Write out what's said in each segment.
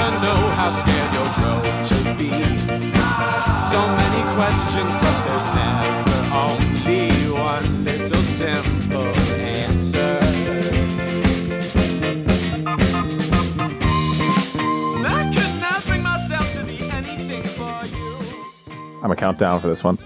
how scared you'll grow to be. So many questions, but there's never only one little simple answer. And I could not bring myself to be anything for you. I'm a countdown for this one.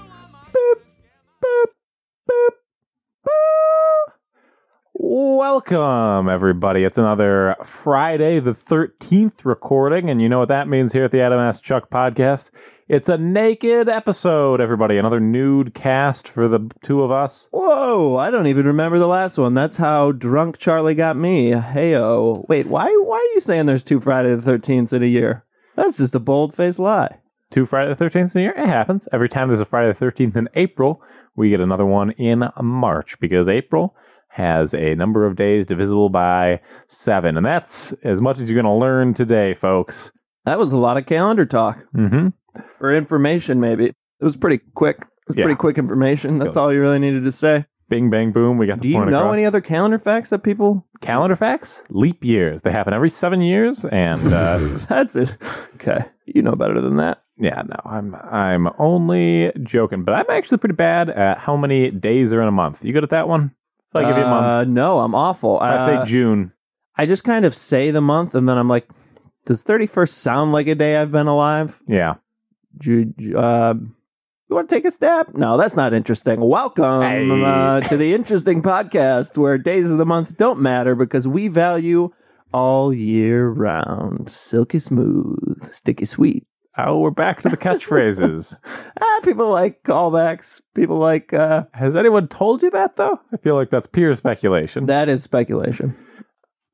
Welcome, everybody. It's another Friday, the 13th recording, and you know what that means here at the Adam Ask Chuck podcast. It's a naked episode, everybody. Another nude cast for the two of us. Whoa, I don't even remember the last one. That's how drunk Charlie got me. Heyo. Wait, why why are you saying there's two Friday the 13th in a year? That's just a bold-faced lie. Two Friday the 13th in a year. It happens. Every time there's a Friday the 13th in April, we get another one in March because April has a number of days divisible by seven. And that's as much as you're going to learn today, folks. That was a lot of calendar talk Mm-hmm. or information maybe. It was pretty quick. It was Yeah. pretty quick information. That's Cool. all you really needed to say. Bing, bang, boom. We got the Do you point know across. any other calendar facts that people calendar facts? Leap years. They happen every seven years. And uh, That's it. Okay. You know better than that. yeah, no, I'm I'm only joking, but I'm actually pretty bad at how many days are in a month. You good at that one? I give you a month. Uh, no, I'm awful. If I Uh, say June. I just kind of say the month and then I'm like, does 31st sound like a day I've been alive? Yeah. Ju- ju- uh, you want to take a stab? No, that's not interesting. Welcome Hey. uh, to the interesting podcast where days of the month don't matter because we value all year round. Silky smooth, sticky sweet. Oh, we're back to the catchphrases. Ah, people like callbacks. People like uh, Has anyone told you that though? I feel like that's pure speculation. that is speculation.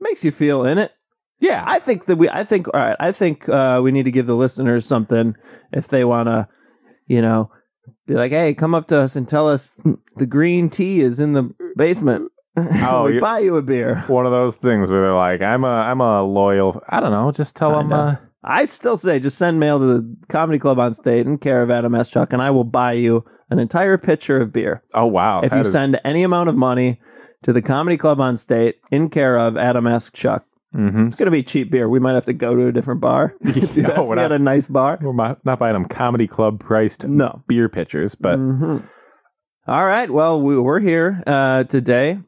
Makes you feel in it. yeah, I think that we. I think. All right. I think uh, we need to give the listeners something if they want to, you know, be like, hey, come up to us and tell us the green tea is in the basement. Oh, we you- buy you a beer. one of those things where they're like, "I'm a, I'm a loyal." I don't know. Just tell I them. know. Uh, I still say just send mail to the comedy club on state in care of Adam S. Chuck, and I will buy you an entire pitcher of beer oh wow! if that you is- send any amount of money to the comedy club on state in care of Adam S. Chuck. Mhm. It's gonna be cheap beer. We might have to go to a different bar. if you Yeah, ask we're me at not- a nice bar. we're not, not buying them comedy club priced No. beer pitchers, but Mhm. All right. Well, we, we're here uh, today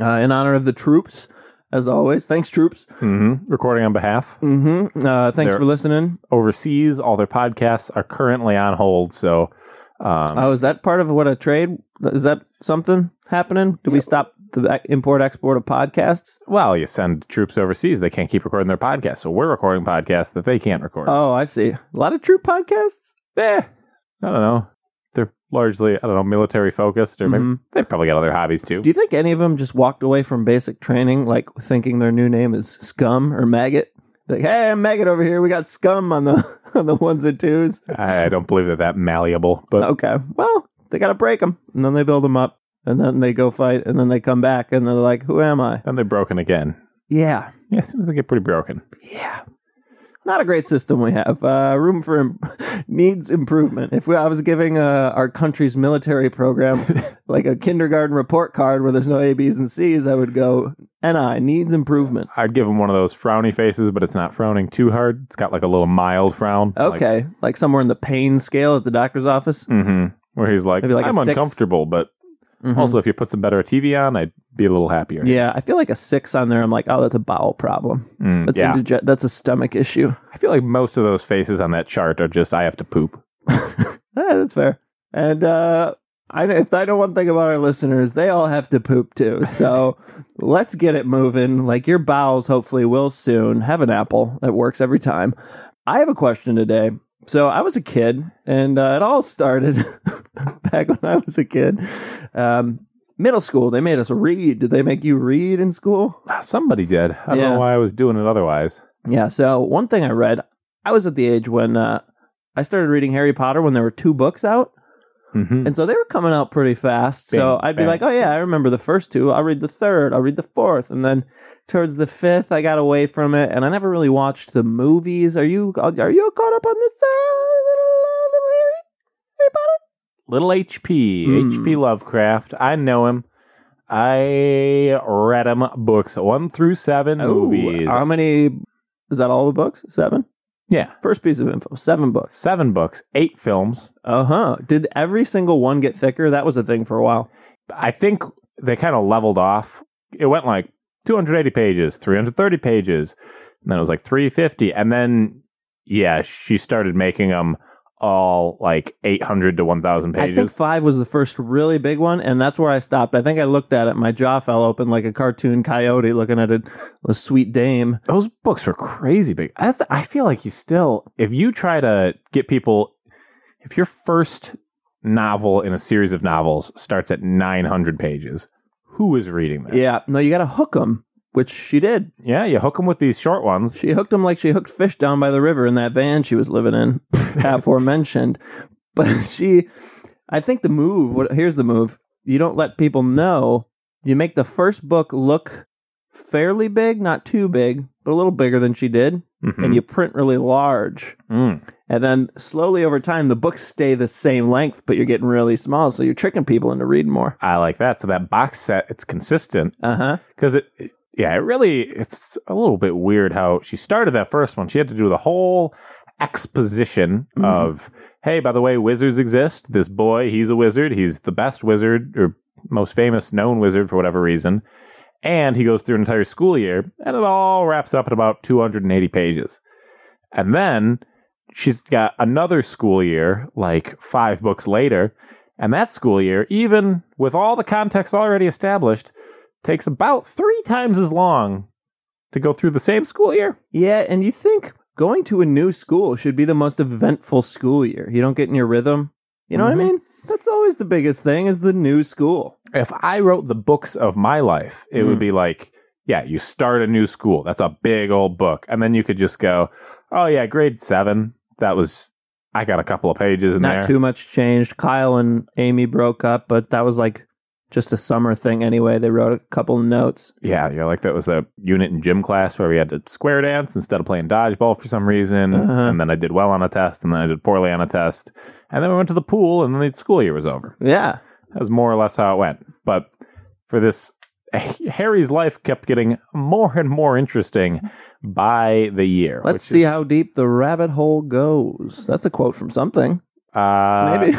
uh, in honor of the troops, as always. Thanks, troops. mhm. recording on behalf hmm Uh, thanks They're- for listening. overseas, all their podcasts are currently on hold. So, um, Oh, is that part of what a trade? Is that something happening? Do we stop the e, import export of podcasts? well, you send troops overseas; they can't keep recording their podcasts. So we're recording podcasts that they can't record. Oh, I see. A lot of troop podcasts. eh, I don't know. They're largely, I don't know, military focused, or maybe Mhm. they probably got other hobbies too. Do you think any of them just walked away from basic training, like thinking their new name is Scum or Maggot? Like, hey, I'm Maggot over here. We got Scum on the on the ones and twos. I I don't believe they're that malleable, but Okay. Well, they got to break them. And then they build them up. And then they go fight. And then they come back. And they're like, who am I? then they're broken again. Yeah. Yeah, it seems they get pretty broken. Yeah. Not a great system we have. Uh, room for Im- needs improvement. If we, I was giving uh, our country's military program like a kindergarten report card where there's no A, B's, and C's, I would go NI needs improvement. I'd give them one of those frowny faces, but it's not frowning too hard. It's got like a little mild frown. Like, Okay, like, somewhere in the pain scale at the doctor's office. hmm Where he's like, Maybe like a I'm six. uncomfortable, but Mhm. also if you put some better TV on, I'd be a little happier. yeah, I feel like a six on there. I'm like, oh, that's a bowel problem. Mm, That's yeah. indige- that's a stomach issue. I feel like most of those faces on that chart are just, I have to poop. Yeah, Eh, that's fair. And uh, I, if I know one thing about our listeners, they all have to poop too. So let's get it moving. Like your bowels, hopefully, will soon. Have an apple. It works every time. I have a question today. So I was a kid, and uh, it all started back when I was a kid. Um, middle school, they made us read. Did they make you read in school? Ah, Somebody did. I don't Yeah. know why I was doing it otherwise. Yeah. So one thing I read, I was at the age when uh, I started reading Harry Potter when there were two books out. hmm And so they were coming out pretty fast. so Bang, I'd be bang. like, oh, yeah, I remember the first two. I'll read the third. I'll read the fourth. And then towards the fifth, I got away from it and I never really watched the movies. Are you are you caught up on this uh, little, uh, little Harry? Little HP, Mm. HP Lovecraft. I know him. I read him books one through seven Ooh, movies. How many? Is that all the books? Seven? Yeah. First piece of info seven books. Seven books, eight films. Uh huh. Did every single one get thicker? That was a thing for a while. I think they kind of leveled off. It went like 280 pages, 330 pages, and then it was like 350. And then, yeah, she started making them all like 800 to 1,000 I think pages. five was the first really big one, and that's where I stopped. I think I looked at it. My jaw fell open like a cartoon coyote looking at a, a sweet dame. Those books were crazy big. That's, I feel like you still, if you try to get people, if your first novel in a series of novels starts at 900 pages, who is reading that? Yeah. No, you got to hook them, which she did. Yeah, you hook them with these short ones. She hooked him like she hooked fish down by the river in that van she was living in, aforementioned. But she, I think the move, what, here's the move you don't let people know. You make the first book look fairly big, not too big, but a little bigger than she did, Mhm. and you print really large. Mm. And then slowly over time, the books stay the same length, but you're getting really small, so you're tricking people into reading more. I like that. So that box set, it's consistent. Uh huh. because it, it- yeah it really it's a little bit weird how she started that first one she had to do the whole exposition Mhm. of hey by the way wizards exist this boy he's a wizard he's the best wizard or most famous known wizard for whatever reason and he goes through an entire school year and it all wraps up in about 280 pages and then she's got another school year like five books later and that school year even with all the context already established takes about three times as long to go through the same school year. Yeah, and you think going to a new school should be the most eventful school year. You don't get in your rhythm. You know Mhm. what I mean? That's always the biggest thing is the new school. If I wrote the books of my life, it would Mm. be like, yeah, you start a new school. That's a big old book. And then you could just go, oh, yeah, grade seven. That was, I got a couple of pages in Not there. too much changed. Kyle and Amy broke up, but that was like just a summer thing anyway. They wrote a couple of notes. yeah, you're like, that was the unit in gym class where we had to square dance instead of playing dodgeball for some reason. Uh-huh. And then I did well on a test, and then I did poorly on a test. And then we went to the pool, and then the school year was over. Yeah. That's more or less how it went. But for this, Harry's life kept getting more and more interesting by the year. Let's which see is, how deep the rabbit hole goes. That's a quote from something. Uh, Maybe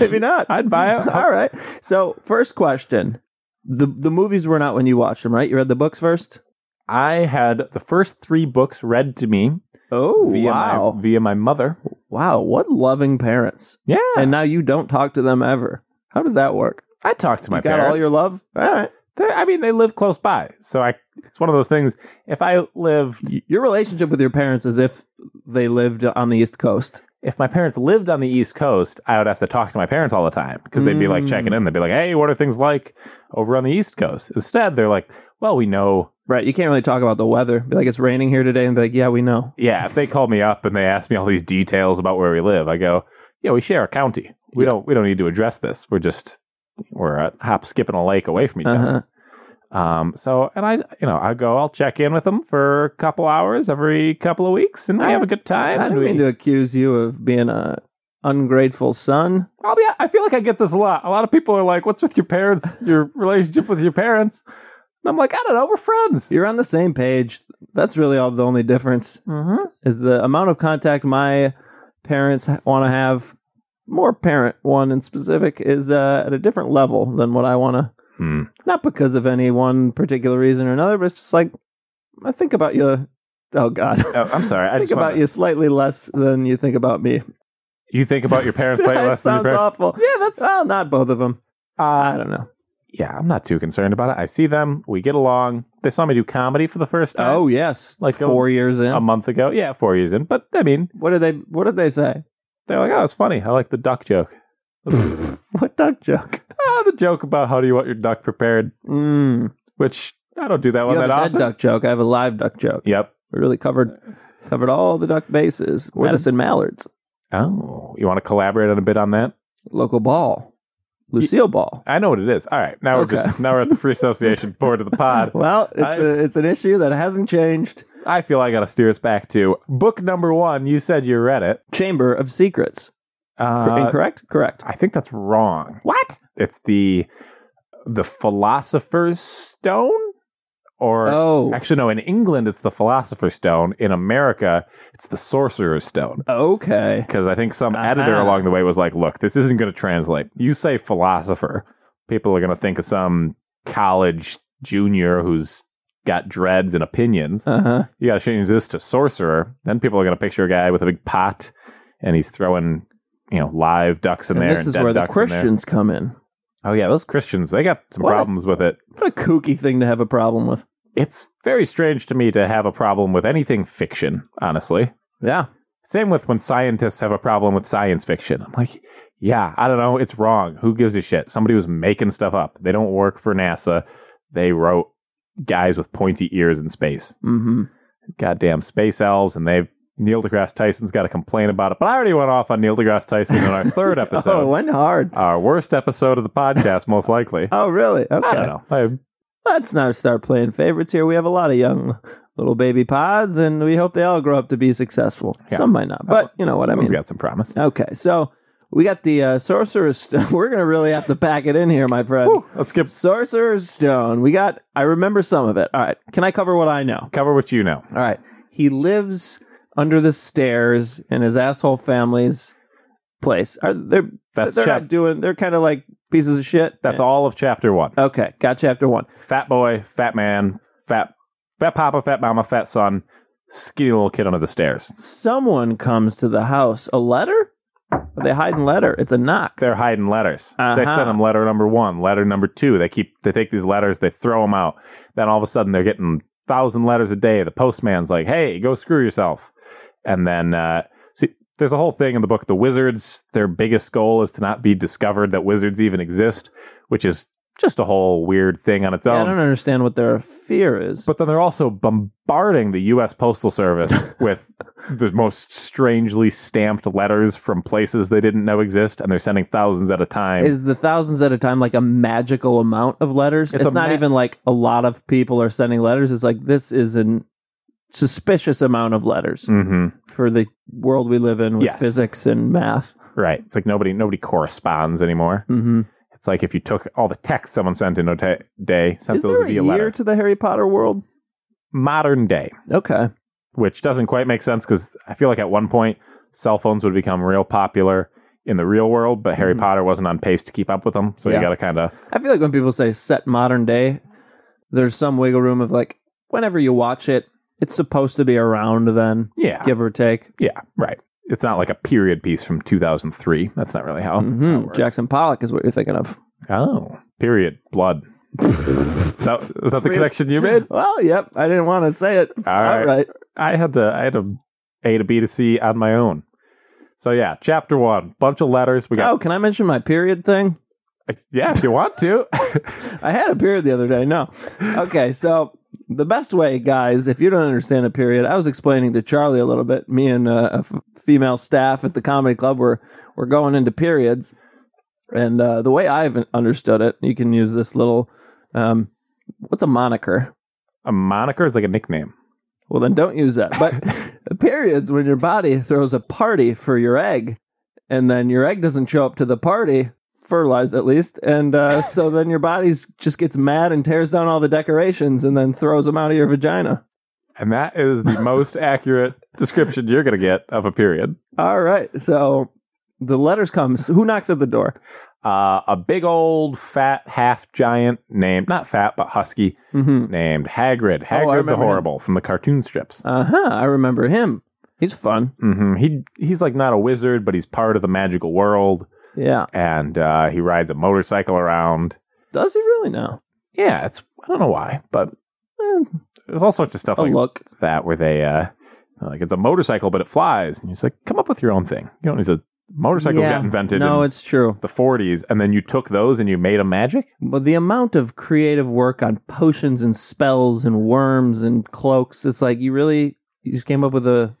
maybe not. I'd buy it. All right. So, first question. The the movies were not when you watched them, right? You read the books first? I had the first three books read to me Oh, via, wow. my, via my mother. Wow, what loving parents. Yeah, And now you don't talk to them ever. How does that work? I talked to my you got parents. all your love? All right. They're- I mean, they live close by, so I. It's one of those things. If I lived, Y- Your relationship with your parents is if they lived on the East Coast. if my parents lived on the East Coast, I would have to talk to my parents all the time because they'd be like Mm. checking in. They'd be like, "Hey, what are things like over on the East Coast?" Instead, they're like, "Well, we know." Right. You can't really talk about the weather. Be like, it's raining here today. And be like, yeah, we know. Yeah, if they call me up and they ask me all these details about where we live, I go, "Yeah, we share a county. We don't. We don't need to address this. We're just we're a hop, skip, and a lake away from each Uh other." huh. Um. So, and I, you know, I go, I'll check in with them for a couple hours every couple of weeks, and we I- have a good I time. and didn't we, mean to accuse you of being a ungrateful son. I'll be. I feel like I get this a lot. A lot of people are like, "What's with your parents? Your relationship with your parents?" And I'm like, "I don't know. We're friends." You're on the same page. That's really all the only difference Mm-hmm. is the amount of contact my parents want to have. More parent one in specific is uh, at a different level than what I want to Hmm. not because of any one particular reason or another, but it's just like I think about you. Oh God, Oh, I'm sorry. I I think just about wanted- you slightly less than you think about me. You think about your parents slightly That less than your sounds parents. awful. Yeah, that's. Well, not both of them. I Uh, don't know. yeah, I'm not too concerned about it. I see them. We get along. They saw me do comedy for the first time Oh yes, Uh, Like um, like a- four years in. a month ago. Yeah, four years in. But I mean, what did they? What did they say? they're like, "Oh, it's funny. I like the duck joke." What duck joke? Ah, the joke about how do you want your duck prepared, Mm. which I don't do that one you have that a often. dead duck joke. I have a live duck joke. Yep. We really covered covered all the duck bases. What a- Medicine mallards, Oh, you want to collaborate on a bit on that? local ball, Lucille Ball. I know what it is. All right, now Okay. we're just now we're at the free association board of the pod. Well, it's I- a, it's an issue that hasn't changed. I feel I got to steer us back to book number one. You said you read it. Chamber of Secrets. Cor- Uh, incorrect? Correct. I think that's wrong. What? It's the the Philosopher's Stone Or Oh, actually, no, in England, it's the Philosopher's Stone. In America, it's the Sorcerer's Stone. okay. Because I think some editor Uh-huh. along the way was like, look, this isn't going to translate. You say philosopher, people are going to think of some college junior who's got dreads and opinions. Uh huh. You got to change this to sorcerer. Then people are going to picture a guy with a big pot and he's throwing, you know, live ducks in And there. this and is dead where the ducks in there. Christians come in. Oh, yeah, those Christians, they got some What? problems with it. What a kooky thing to have a problem with. It's very strange to me to have a problem with anything fiction, honestly. Yeah. Same with when scientists have a problem with science fiction. I'm like, yeah, I don't know. It's wrong. Who gives a shit? Somebody was making stuff up. They don't work for NASA. They wrote guys with pointy ears in space. Mm-hmm. Goddamn space elves, and they've. Neil deGrasse Tyson's got to complain about it. But I already went off on Neil deGrasse Tyson in our third Oh, it episode. went hard. Our worst episode of the podcast, most likely. Oh, really? Okay. I don't know. I- Let's not start playing favorites here. We have a lot of young little baby pods, and we hope they all grow up to be successful. Yeah. Some might not, but you know what I mean. Someone's got some promise. Okay, so we got the uh, Sorcerer's Stone. We're going to really have to pack it in here, my friend. Whew, let's skip. Sorcerer's Stone. We got, I remember some of it. All right, can I cover what I know? Cover what you know. All right. He lives under the stairs in his asshole family's place. Are they're That's they're chap- not doing they're kind of like pieces of shit. That's all of chapter one. Okay, got chapter one. fat boy, fat man, fat fat papa, fat mama, fat son, skinny little kid under the stairs. Someone comes to the house. A letter? Are they hiding letter? It's a knock. They're hiding letters. They Uh-huh. send them letter number one, letter number two. They keep they take these letters, they throw them out. Then all of a sudden they're getting thousand letters a day. The postman's like, "Hey, go screw yourself." And then uh, see, there's a whole thing in the book. The wizards, their biggest goal is to not be discovered that wizards even exist, which is just a whole weird thing on its Yeah, I own. don't understand what their fear is. But then they're also bombarding the U.S. Postal Service with the most strangely stamped letters from places they didn't know exist, and they're sending thousands at a time. is the thousands at a time like a magical amount of letters? It's It's, a not ma- even like a lot of people are sending letters. It's like this is an suspicious amount of letters hmm for the world we live in with Yes. physics and math. Right? It's like nobody nobody corresponds anymore. Mm-hmm. It's like if you took all the texts someone sent in a ta- day, sent Is those there a via year letter, to the Harry Potter world? modern day, Okay. which doesn't quite make sense because I feel like at one point cell phones would become real popular in the real world, but Harry Mhm. Potter wasn't on pace to keep up with them, so you Yeah. got to kind of I feel like when people say set modern day, there's some wiggle room of like whenever you watch it, it's supposed to be around then, yeah give or take. Yeah, right. It's not like a period piece from 2003. That's not really how. Mhm. how it works. Jackson Pollock is what you're thinking of. Oh, period. Blood. Is that, is that the connection you made? Well, yep. I didn't want to say it. All All right. right. I had to. I had to A to B to C on my own. So yeah, chapter one, bunch of letters. We got. Oh, can I mention my period thing? Oh. Yeah, if you want to. I had a period the other day. No. Okay, so the best way, guys, if you don't understand a period, I was explaining to Charlie a little bit. Me and uh, a f- female staff at the comedy club were were going into periods, and uh, the way I've understood it, you can use this little um, what's a moniker? a moniker is like a nickname. Well, then don't use that. But periods when your body throws a party for your egg, and then your egg doesn't show up to the party, fertilized at least, and uh, so then your body just gets mad and tears down all the decorations and then throws them out of your vagina. And that is the most accurate description you're going to get of a period. All right, so the letters comes. Who knocks at the door? Uh, a big old fat half giant named, not fat, but husky, Mm-hmm. named Hagrid. Hagrid remember the him. Horrible from the cartoon strips. Uh huh. I remember him. He's fun. hmm He he's like not a wizard, but he's part of the magical world, Yeah. and uh, he rides a motorcycle around. Does he really now? Yeah, it's I don't know why, but Eh, there's all sorts of stuff a like look. that where they uh, like it's a motorcycle, but it flies, and you're just like, come up with your own thing. You don't need to. Motorcycles Yeah. got invented No, in it's true. the 40s, and then you took those and you made them magic. But the amount of creative work on potions and spells and worms and cloaks, it's like you really you just came up with a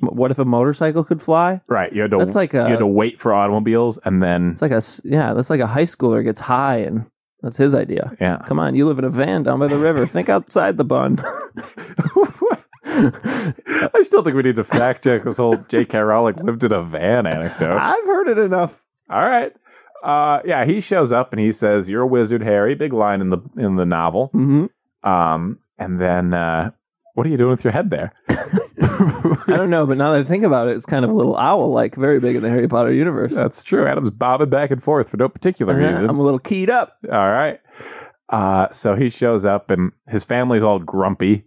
what if a motorcycle could fly? Right, you had to That's like you had to a wait for automobiles, and then it's like a s- yeah, that's like a high schooler gets high and that's his idea. yeah, Come on, you live in a van down by the river. Think outside the bun. I still think we need to fact check this whole J.K. Rowling lived in a van anecdote. I've heard it enough. All right. Uh, yeah, he shows up and he says, "You're a wizard, Harry." Big line in the in the novel. hmm Um, And then, uh, what are you doing with your head there? I don't know, but now that I think about it, it's kind of a little owl like, very big in the Harry Potter universe. That's true. Adam's bobbing back and forth for no particular Uh-huh. reason. I'm a little keyed up. All right. Uh, so he shows up, and his family's all grumpy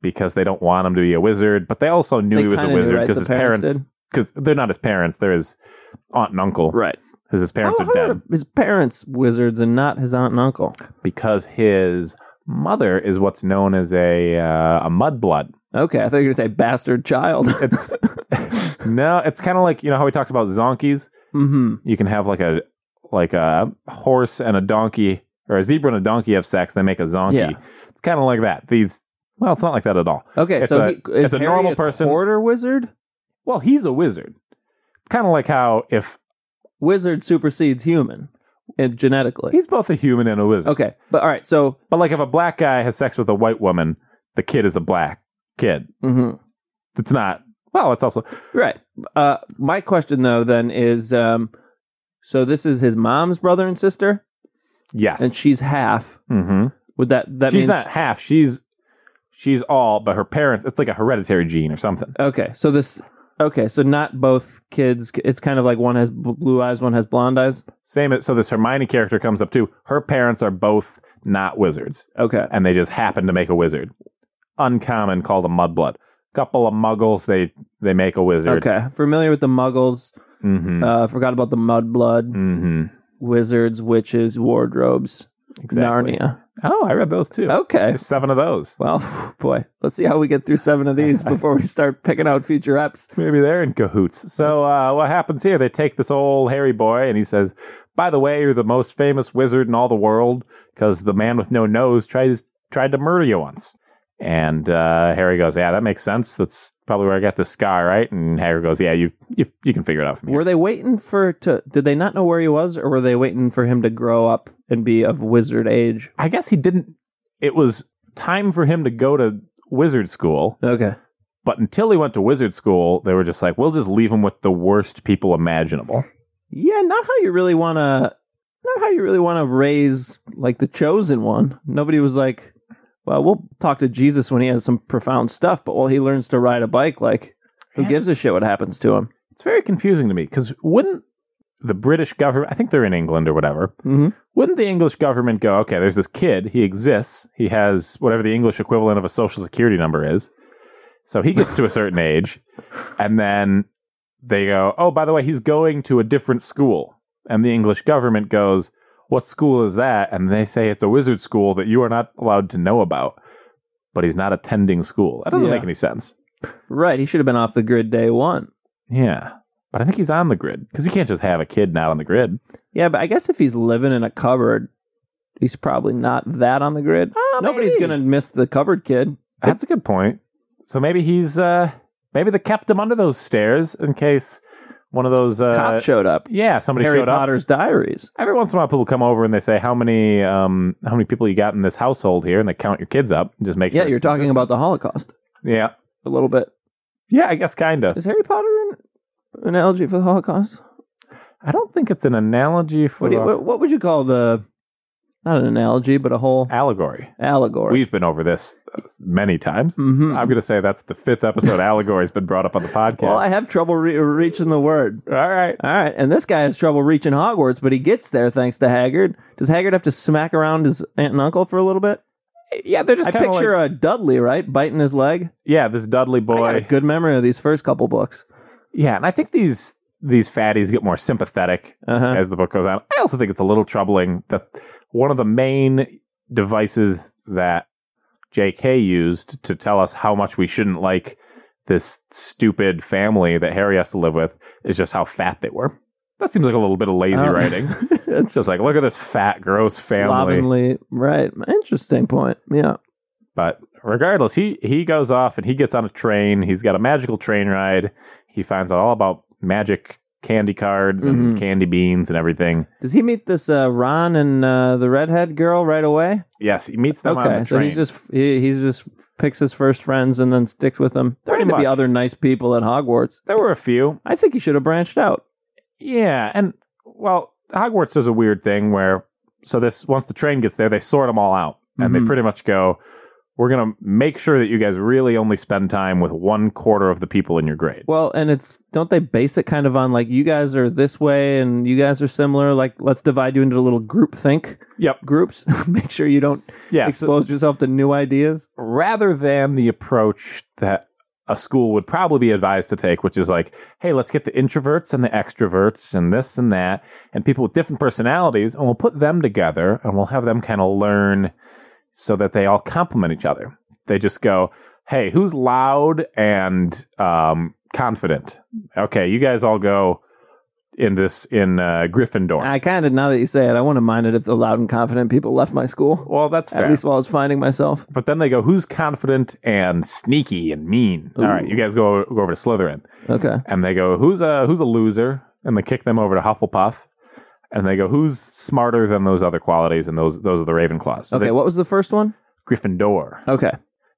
because they don't want him to be a wizard, but they also knew They he was a kinda knew, wizard right? because The his parents parents, did. because they're not his parents, they're his aunt and uncle. Right. Oh, Because his parents How are are dead. his parents wizards and not his aunt and uncle? Because his mother is what's known as a uh, a mudblood. Okay, I thought you were going to say bastard child. It's no, it's kind of like you know how we talked about zonkies. hmm You can have like a like a horse and a donkey, or a zebra and a donkey have sex. They make a zonkey. Yeah. It's kind of like that. These well, it's not like that at all. Okay, It's so a- he, is it's a Harry normal person. quarter wizard? Well, he's a wizard. Kind of like how if Wizard supersedes human and genetically. he's both a human and a wizard. okay, but all right, so But like if a black guy has sex with a white woman, the kid is a black kid. mhm. It's not. Well, it's also right. Uh, my question though then is, um, so this is his mom's brother and sister, yes. and she's half. mm-hmm. Would that that she's means not half. She's she's all, but her parents. It's like a hereditary gene or something. okay? So this okay, so not both kids. It's kind of like one has bl- blue eyes, one has blonde eyes. Same. as So this Hermione character comes up too. Her parents are both not wizards, Okay, and they just happen to make a wizard. Uncommon, called a mudblood. Couple of muggles, they they make a wizard. okay. Familiar with the Muggles. Mm-hmm. Uh, forgot about the Mudblood mm-hmm. wizards, witches, wardrobes, Exactly. Narnia. Oh, I read those too. Okay. There's seven of those. Well, boy, let's see how we get through seven of these before we start picking out future apps. Maybe they're in cahoots. So uh, what happens here? They take this old hairy boy, and he says, "By the way, you're the most famous wizard in all the world because the man with no nose tried tried to murder you once." And uh, Harry goes, "Yeah, that makes sense. That's probably where I got the scar, right?" And Harry goes, "Yeah, you you, you can figure it out from here." Were they waiting for to? Did they not know where he was, or were they waiting for him to grow up and be of wizard age? I guess he didn't. It was time for him to go to wizard school, Okay. but until he went to wizard school, they were just like, "We'll just leave him with the worst people imaginable." Yeah, not how you really want to. Not how you really want to raise like the chosen one. Nobody was like, "Well, we'll talk to Jesus when he has some profound stuff," but while he learns to ride a bike, like, who Yeah. gives a shit what happens to him? It's very confusing to me because wouldn't the British government, I think they're in England or whatever, Mm-hmm. wouldn't the English government go, okay, there's this kid, he exists, he has whatever the English equivalent of a social security number is. So he gets to a certain age, and then they go, oh, by the way, he's going to a different school. And the English government goes, what school is that? And they say it's a wizard school that you are not allowed to know about, but he's not attending school. That doesn't Yeah. make any sense. Right. He should have been off the grid day one. Yeah. But I think he's on the grid because you can't just have a kid not on the grid. Yeah, but I guess if he's living in a cupboard, he's probably not that on the grid. Nobody's gonna miss the cupboard kid. That's a good point. So maybe he's uh maybe they kept him under those stairs in case one of those uh Cop showed up. yeah somebody Harry showed up. Potter's diaries. Every once in a while, people come over and they say how many um how many people you got in this household here, and they count your kids up, just make Yeah, sure you're it's talking consistent. about the Holocaust yeah a little bit. yeah I guess kinda. Is Harry Potter an analogy for the Holocaust? I don't think it's an analogy for What, do you, what, what would you call the not an analogy, but a whole allegory. allegory? We've been over this uh, many times. hmm I'm gonna say that's the fifth episode allegory has been brought up on the podcast. Well, I have trouble re- reaching the word. All right. All right, and this guy has trouble reaching Hogwarts, but he gets there thanks to Haggard. Does Haggard have to smack around his aunt and uncle for a little bit? Yeah, they're just I kinda like- picture a Dudley, right? Biting his leg. yeah, this Dudley I got a boy. good memory of these first couple books. Yeah, and I think these these fatties get more sympathetic Uh-huh. as the book goes on. I also think it's a little troubling that one of the main devices that J.K. used to tell us how much we shouldn't like this stupid family that Harry has to live with is just how fat they were. That seems like a little bit of lazy Oh. writing. It's it's just like, look at this fat, gross family. slovenly. Right. Interesting point. Yeah. But regardless, he he goes off and he gets on a train. He's got a magical train ride. He finds out all about magic candy cards and Mhm. candy beans and everything. Does he meet this uh, Ron and uh, the redhead girl right away? Yes, he meets them on okay, the train. so he's just he, he's just picks his first friends and then sticks with them. There are Pretty going to be much. other nice people at Hogwarts. there were a few. I think he should have branched out. Yeah, and well, Hogwarts does a weird thing where so this once the train gets there, they sort them all out and Mhm. they pretty much go, We're going to make sure that you guys really only spend time with one quarter of the people in your grade. Well, and it's don't they base it kind of on like you guys are this way and you guys are similar. Like let's divide you into little group think Yep. groups. Make sure you don't Yeah. so- expose yourself to new ideas. rather than the approach that a school would probably be advised to take, which is like, hey, let's get the introverts and the extroverts and this and that, and people with different personalities, and we'll put them together and we'll have them kind of learn so that they all complement each other. They just go, hey, who's loud and um, confident? Okay, you guys all go in this in uh, Gryffindor. I kind of now that you say it, I wouldn't mind it if the loud and confident people left my school. well, that's fair. At least while I was finding myself. But then they go, who's confident and sneaky and mean? All right, Ooh. you guys go, go over to Slytherin. Okay. and they go, "Who's a who's a loser?" and they kick them over to Hufflepuff, and they go, "Who's smarter than those other qualities?" and those those are the Ravenclaws. So Okay. they- what was the first one? Gryffindor. Okay.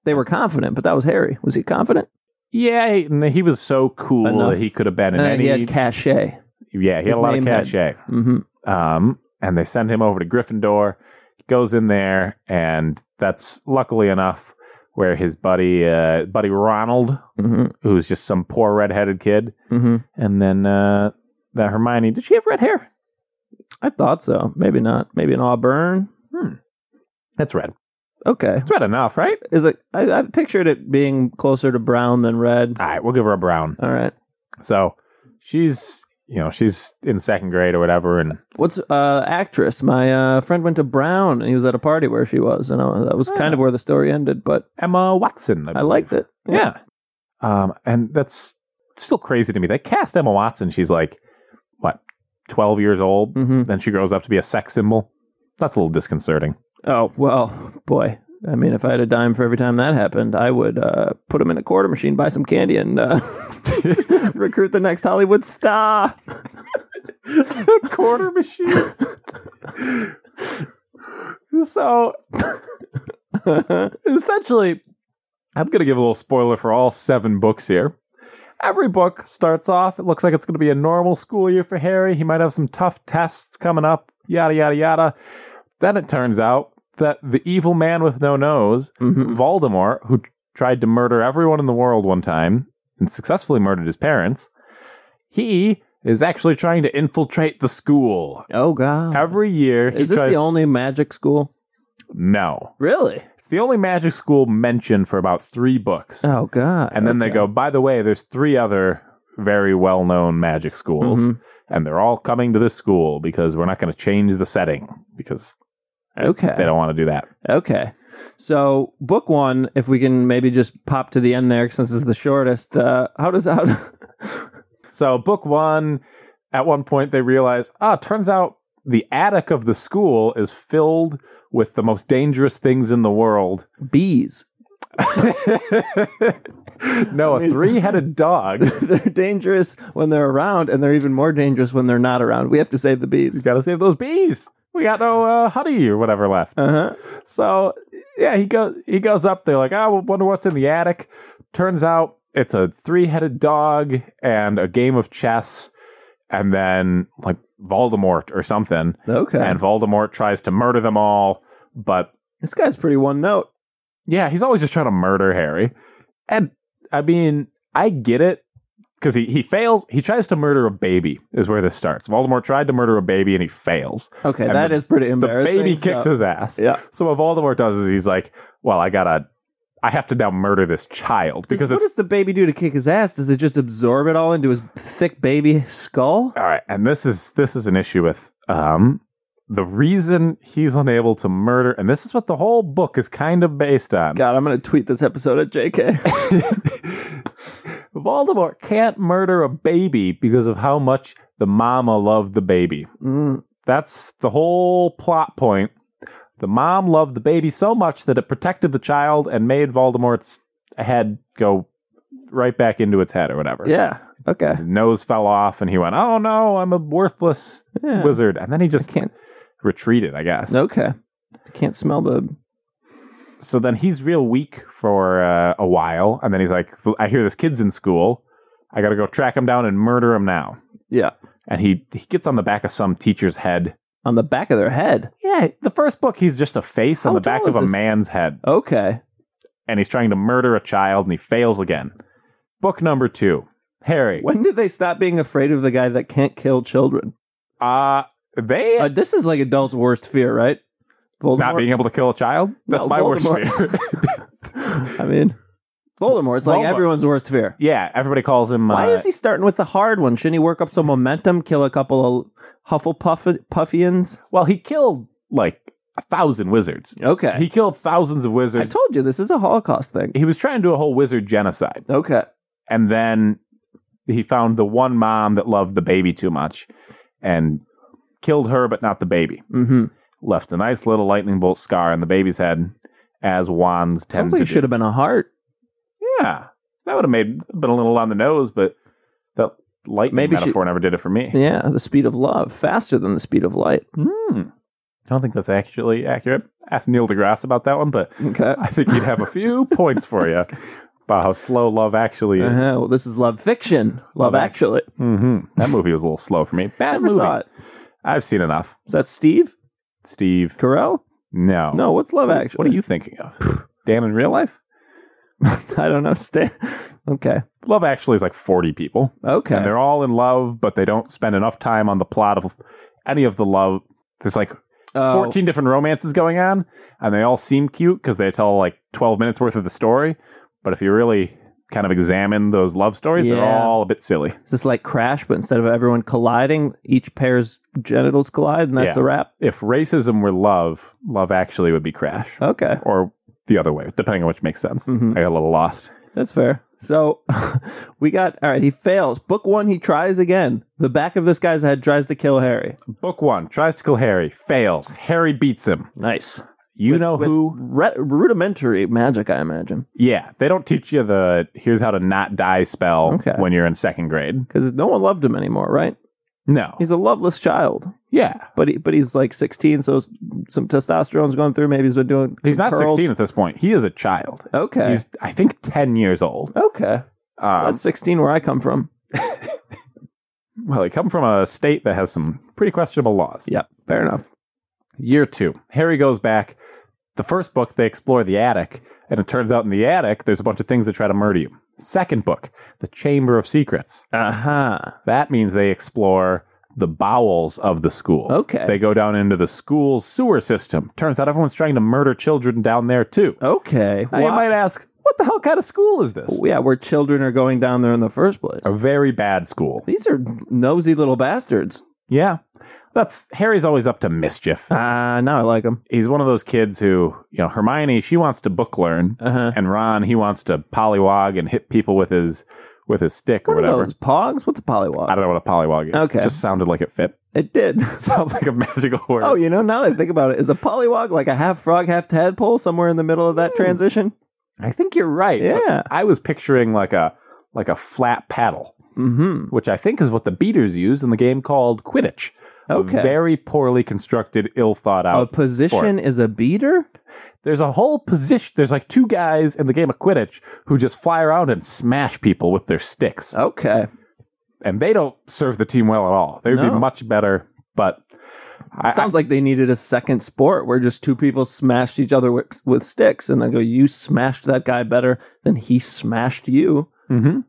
They were confident, but that was Harry. Was he confident? Yeah, he, and he was so cool Enough. that he could have been in And any. Uh, he had cachet. yeah, he had his a lot of name had- cachet. hmm Um, and they send him over to Gryffindor. He goes in there, and that's luckily enough where his buddy uh, buddy Ronald, hmm who's just some poor redheaded kid, hmm and then uh, that Hermione. Did she have red hair? I thought so. Maybe not. Maybe an Auburn. That's red. Okay. It's red enough, right? Is it? I, I pictured it being closer to brown than red. All right, we'll give her a brown. All right. So she's, you know, she's in second grade or whatever, and What's uh actress? My uh, friend went to Brown, and he was at a party where she was, and uh, that was kind of where the story ended. But Emma Watson. I liked it. believe. Yeah. Um, and that's still crazy to me. They cast Emma Watson. She's like, what, 12 years old? hmm Then she grows up to be a sex symbol. That's a little disconcerting. Oh well, boy. I mean, if I had a dime for every time that happened, I would uh, put him in a quarter machine, buy some candy, and uh, recruit the next Hollywood star. Quarter machine. so essentially, I'm going to give a little spoiler for all seven books here. Every book starts off, it looks like it's going to be a normal school year for Harry. He might have some tough tests coming up, yada, yada, yada. Then it turns out that the evil man with no nose, Mhm. Voldemort, who tried to murder everyone in the world one time and successfully murdered his parents, he is actually trying to infiltrate the school. Oh God! Every year, he Is this tries- the only magic school? No. Really? It's the only magic school mentioned for about three books. Oh God! and then they Okay. go, by the way, there's three other very well known magic schools, Mhm. and they're all coming to this school because we're not going to change the setting because eh, Okay. they don't want to do that. Okay. So book one, if we can maybe just pop to the end there, since it's the shortest. Uh, how does how? So, book one, at one point, they realize, ah, turns out the attic of the school is filled with the most dangerous things in the world. bees? no, a three headed dog. they're dangerous when they're around, and they're even more dangerous when they're not around. We have to save the bees. He's got to save those bees. We got no uh, honey or whatever left. Uh huh. So yeah, he goes he goes up there like, I wonder what's in the attic. Turns out it's a three headed dog and a game of chess, and then like Voldemort or something. Okay. And Voldemort tries to murder them all, but this guy's pretty one note. yeah, he's always just trying to murder Harry. And I mean, I get it because he, he fails. He tries to murder a baby is where this starts. Voldemort tried to murder a baby and he fails. Okay, And that the- is pretty The embarrassing. baby kicks so- his ass. Yeah. So what Voldemort does is he's like, well, I gotta, I have to now murder this child because what it's does the baby do to kick his ass? Does it just absorb it all into his thick baby skull? all right. And this is this is an issue with um the reason he's unable to murder, and this is what the whole book is kind of based on. God, I'm gonna tweet this episode at JK. Voldemort can't murder a baby because of how much the mama loved the baby. Mm, That's the whole plot point. The mom loved the baby so much that it protected the child and made Voldemort's head go right back into its head or whatever. yeah. Okay. His nose fell off and he went, Oh no, I'm a worthless Yeah. wizard. And then he just can't- retreated, I guess. Okay. I can't smell the So then he's real weak for uh, a while. And then he's like, I hear this kid's in school. I got to go track him down and murder him now. yeah And he, he gets on the back of some teacher's head. on the back of their head. Yeah, the first book, he's just a face How on the back tall of a is this? man's head. Okay. and he's trying to murder a child and he fails again. Book number two, Harry. When did they stop being afraid of the guy that can't kill children? Uh, they Uh, this is like adults' worst fear, right? Voldemort. not being able to kill a child? That's No, my worst Voldemort. fear. I mean, Voldemort's like Voldemort. everyone's worst fear. yeah, everybody calls him. Why uh, is he starting with the hard one? Shouldn't he work up some momentum, kill a couple of Hufflepuff puffians? Well, he killed like a thousand wizards. Okay. He killed thousands of I wizards. told you this is a Holocaust thing. he was trying to do a whole wizard genocide, Okay. and then he found the one mom that loved the baby too much, and killed her, but not the baby. Mm-hmm. Left a nice little lightning bolt scar on the baby's head, as wands tend Sounds like to it do. should have been a heart. Yeah, that would have made been a little on the nose, but that lightning Maybe she- metaphor never did it for me. Yeah, the speed of love, faster than the speed of light. Hmm. I don't think that's actually accurate. Ask Neil deGrasse about that one, but Okay. Uh-huh. I think he'd have a few points for you about how slow love actually is. Uh-huh. Well, this is love fiction. Love, Love Act- actually. hmm That movie was a little slow for me. Bad Never movie. saw it. I've seen enough. Is that Steve Steve, Carell? no. No, what's love actually? Oh. What are you thinking of? Is Dan in real life? I don't know. Stay. Okay. Love actually is like 40 people, and Okay. they're all in love, but they don't spend enough time on the plot of any of the love. There's like Oh, 14 different romances going on, and they all seem cute because they tell like 12 minutes worth of the story. But if you really kind of examine those love stories, they're Yeah. all a bit silly. Is this like Crash, but instead of everyone colliding, each pair's genitals collide, and that's Yeah. a wrap? If racism were love, love actually would be crash, Okay. or the other way, depending on which makes sense. Mhm. I got a little lost. That's fair. So we got, all right, he fails. Book one, he tries again. The back of this guy's head tries to kill Harry. Book one tries to kill Harry, fails. Harry beats him. Nice. You know who? Re- rudimentary magic, I imagine. Yeah, they don't teach you the here's how to not die spell Okay. when you're in second grade. Because no one loved him anymore, right? No. He's a loveless child. Yeah. But he, but he's like 16, so s- some testosterone's going through. Maybe he's been doing. He's some not curls. 16 at this point. He is a child. Okay. He's, I think, 10 years old. okay. Um, That's 16 where I come from. well, he come from a state that has some pretty questionable laws. Yeah, fair enough. Year two, Harry goes back. The first book, they explore the attic, and it turns out in the attic, there's a bunch of things that try to murder you. Second book, The Chamber of Secrets. Uh-huh. Aha. That means they explore the bowels of the school. Okay. They go down into the school's sewer system. Turns out everyone's trying to murder children down there, too. Okay. Now, you Wow. might ask, what the hell kind of school is this? yeah, where children are going down there in the first place. A very bad school. These are nosy little bastards. Yeah. That's Harry's always up to mischief. Ah, now I like them. he's one of those kids who, you know, Hermione, she wants to book learn, Uh huh. and Ron, he wants to polywog and hit people with his with his stick or What are whatever. those pogs? What's a I polywog? don't know what a polywog is. Okay. It just sounded like it fit. It did. Sounds like a magical word. Oh, you know, now that I think about it, is a polywog like a half frog, half tadpole somewhere in the middle of Hmm. that transition? I think you're right. but Yeah. I was picturing like a like a flat paddle, Mm which I think is what the beaters use in the game called Quidditch. hmm. Okay. A very poorly constructed, ill thought a out position is a beater? there's a whole position. There's like two guys in the game of Quidditch who just fly around and smash people with their sticks, Okay. and they don't serve the team well at all. They would No. be much better, but I, I- Sounds like they needed a second sport where just two people smashed each other with, with sticks and then go, you smashed that guy better than he smashed you. Mhm.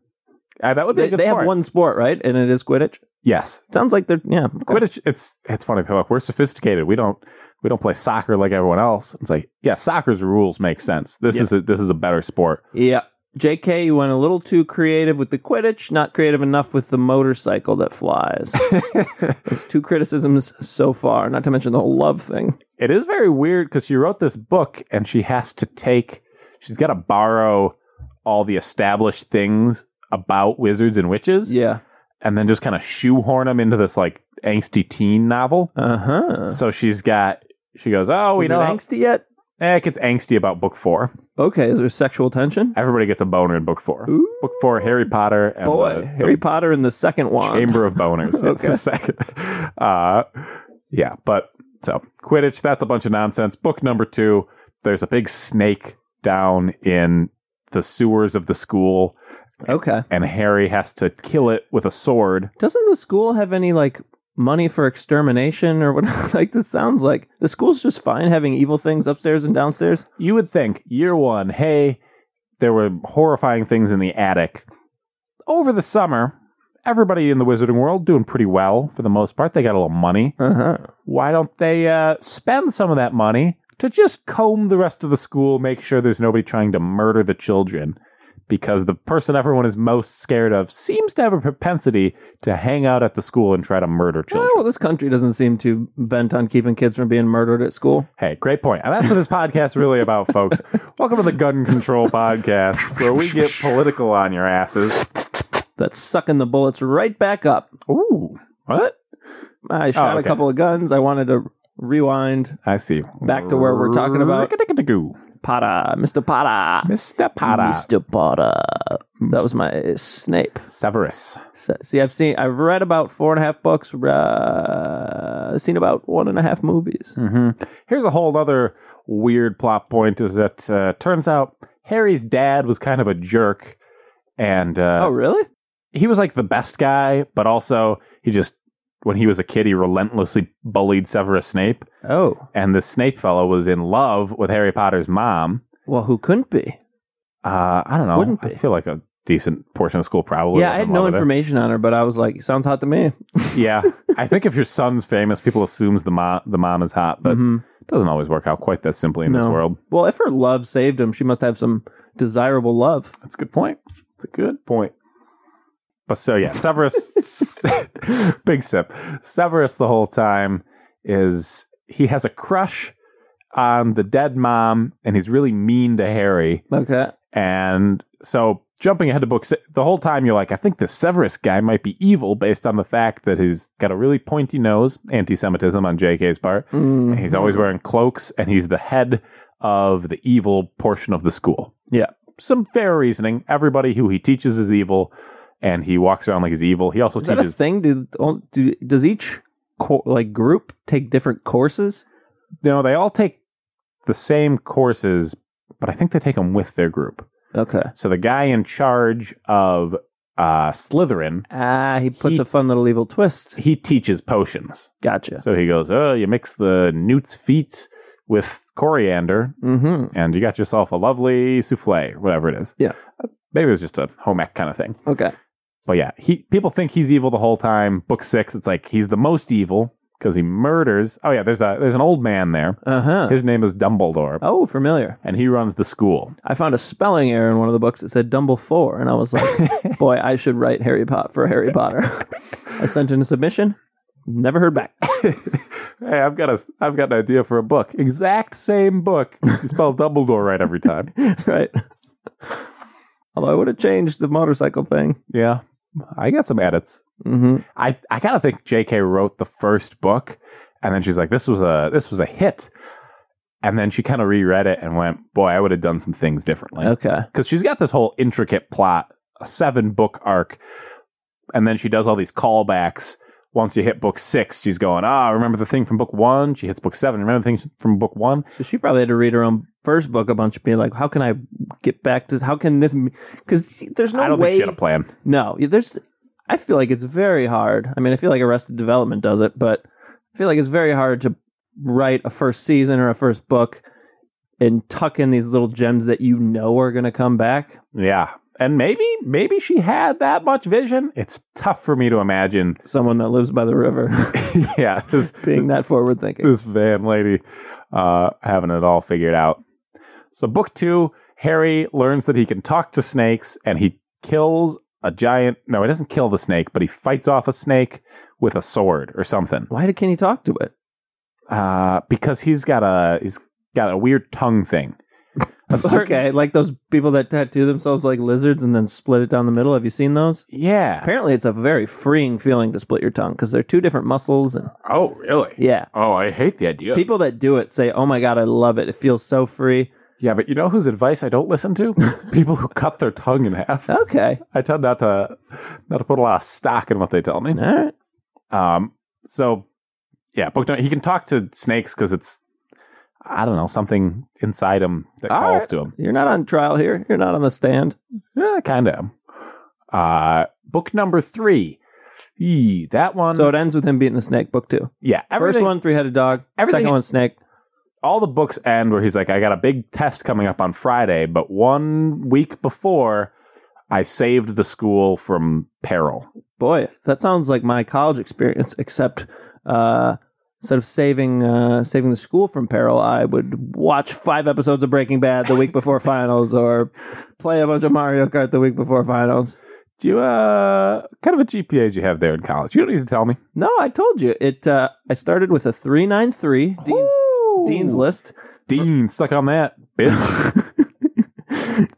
Uh, that would be a They, good they have sport. one sport, right? And it is Quidditch. Yes, Sounds like they're, yeah. Quidditch. It's it's funny. People are like we're sophisticated. We don't we don't play soccer like everyone else. It's like yeah, soccer's rules make sense. This Yeah. is a, this is a better sport. Yeah. JK, you went a little too creative with the Quidditch, not creative enough with the motorcycle that flies. Those two criticisms so far, not to mention the whole love thing. It is very weird because she wrote this book and she has to take, she's got to borrow all the established things about wizards and witches Yeah. and then just kind of shoehorn them into this like angsty teen novel. Uh huh. So she's got, she goes, Oh, we is know. it how- angsty yet? Eh, it gets angsty about book four. Okay. Is there sexual tension? Everybody gets a boner in book four. Ooh, Book four, Harry Potter and boy. the- Uh, Harry Potter and the second wand. Chamber of Boners. Okay. It's the second. Uh, yeah, but so Quidditch, that's a bunch of nonsense. Book number two, there's a big snake down in the sewers of the school, Okay. and Harry has to kill it with a sword. Doesn't the school have any like money for extermination or what? like this sounds like the school's just fine having evil things upstairs and downstairs. You would think year one, hey, there were horrifying things in the attic. Over the summer, everybody in the wizarding world doing pretty well for the most part. They got a little money. Uh huh. Why don't they uh, spend some of that money to just comb the rest of the school, make sure there's nobody trying to murder the children? Because the person everyone is most scared of seems to have a propensity to hang out at the school and try to murder children. Oh, Well, this country doesn't seem too bent on keeping kids from being murdered at school. Hey, great point. And that's what this podcast is really about, folks. Welcome to the Gun Control Podcast, where we get political on your asses. That's sucking the bullets right back up. Ooh, what? I shot Oh, okay. a couple of guns. I wanted to rewind. I see. Back to where we're talking about. Rickety-rickety-goo. Potter, Mr. Potter. Mr. Potter. Mr. Potter. That was my Snape. Severus. So- See, I've seen, I've read about four and a half books, uh, seen about one and a half movies. hmm Here's a whole other weird plot point is that uh, turns out Harry's dad was kind of a jerk, and uh, oh, really? he was like the best guy, but also he just, when he was a kid, he relentlessly bullied Severus Snape. Oh, and this Snape fellow was in love with Harry Potter's mom. well, who couldn't be? Uh, I don't know. Wouldn't be. I feel like a decent portion of school probably. yeah, was I in had love no with her. information on her, but I was like, sounds hot to me. yeah, I think if your son's famous, people assumes the mom the mom is hot, but Mhm. it doesn't always work out quite that simply in this No. world. well, if her love saved him, she must have some desirable love. That's a good point. That's a good point. But so yeah, Severus, big sip. Severus the whole time is he has a crush on the dead mom, and he's really mean to Harry. Okay. And so jumping ahead to book si the whole time you're like, I think this Severus guy might be evil based on the fact that he's got a really pointy nose, anti-Semitism on JK's part. Mm. And he's always wearing cloaks, and he's the head of the evil portion of the school. Yeah. Some fair reasoning. Everybody who he teaches is evil, and he walks around like he's evil. He also Is that a teaches thing? Do, all- do does each co- like group take different courses? no, they all take the same courses, but I think they take them with their group. Okay. So the guy in charge of uh, Slytherin Ah, he puts He- a fun little evil twist. he teaches potions. Gotcha. So he goes, Oh, you mix the newt's feet with coriander, Mm-hmm. and you got yourself a lovely souffle, whatever it is. Yeah. Maybe it was just a home ec kind of thing. Okay. But yeah, he people think he's evil the whole time. Book six, it's like he's the most evil because he murders. Oh yeah, there's a there's an old man there. Uh huh. His name is Dumbledore, Oh, familiar. and he runs the school. I found a spelling error in one of the books that said Dumble Four, and I was like, boy, I should write Harry Potter for Harry Potter. I sent in a submission, never heard back. Hey, I've got a I've got an idea for a book. Exact same book. You spell Dumbledore right every time. right. Although I would have changed the motorcycle thing. Yeah, I got some edits. Mm-hmm. I, I gotta think J.K. wrote the first book, and then she's like, "This was a this was a hit," and then she kind of reread it and went, "Boy, I would have done some things differently." Okay. Because she's got this whole intricate plot, a seven book arc, and then she does all these callbacks. Once you hit book six, she's going, "Ah, remember the thing from book one?" She hits book seven. Remember the thing from book one? So she probably had to read her own first book a bunch, being like, "How can I get back to? How can this? Because there's no I don't way. think she had a plan. no, Yeah, there's. I feel like it's very hard. I mean, I feel like Arrested Development does it, but I feel like it's very hard to write a first season or a first book and tuck in these little gems that you know are going to come back. Yeah, and maybe maybe she had that much vision. It's tough for me to imagine. Someone that lives by the river yeah, this being that forward thinking. this van lady uh, having it all figured out. So, book two, Harry learns that he can talk to snakes and he kills a giant. No, he doesn't kill the snake, but he fights off a snake with a sword or something. Why did- can you talk to it? Uh, because he's got a he's got a weird tongue thing. A certain- Okay, like those people that tattoo themselves like lizards and then split it down the middle. Have you seen those? Yeah. Apparently, it's a very freeing feeling to split your tongue because they're two different muscles. And Oh, really? yeah, Oh, I hate the idea. people that do it say, "Oh my god, I love it! It feels so free." yeah, but you know whose advice I don't listen to? People who cut their tongue in half. Okay, I tend not to not to put a lot of stock in what they tell me. all right. Um, so yeah, book nine, he can talk to snakes because it's I don't know something inside him that All calls right. to him. You're not on trial here. You're not on the stand. yeah, kind of. Uh, book number three, Eee, that one. So it ends with him beating the snake. Book two. yeah, First everything, one, three headed dog. everything- Second one, snake. all the books end where he's like, I got a big test coming up on Friday, but one week before, I saved the school from peril. Boy, that sounds like my college experience. Except uh, instead of saving uh, saving the school from peril, I would watch five episodes of Breaking Bad the week before finals, or play a bunch of Mario Kart the week before finals. Do you, uh, kind of a GPA did you have there in college? You don't need to tell me. No, I told you it. Uh, I started with a three nine three Dean's Dean's list. Dean, stuck on that, bitch.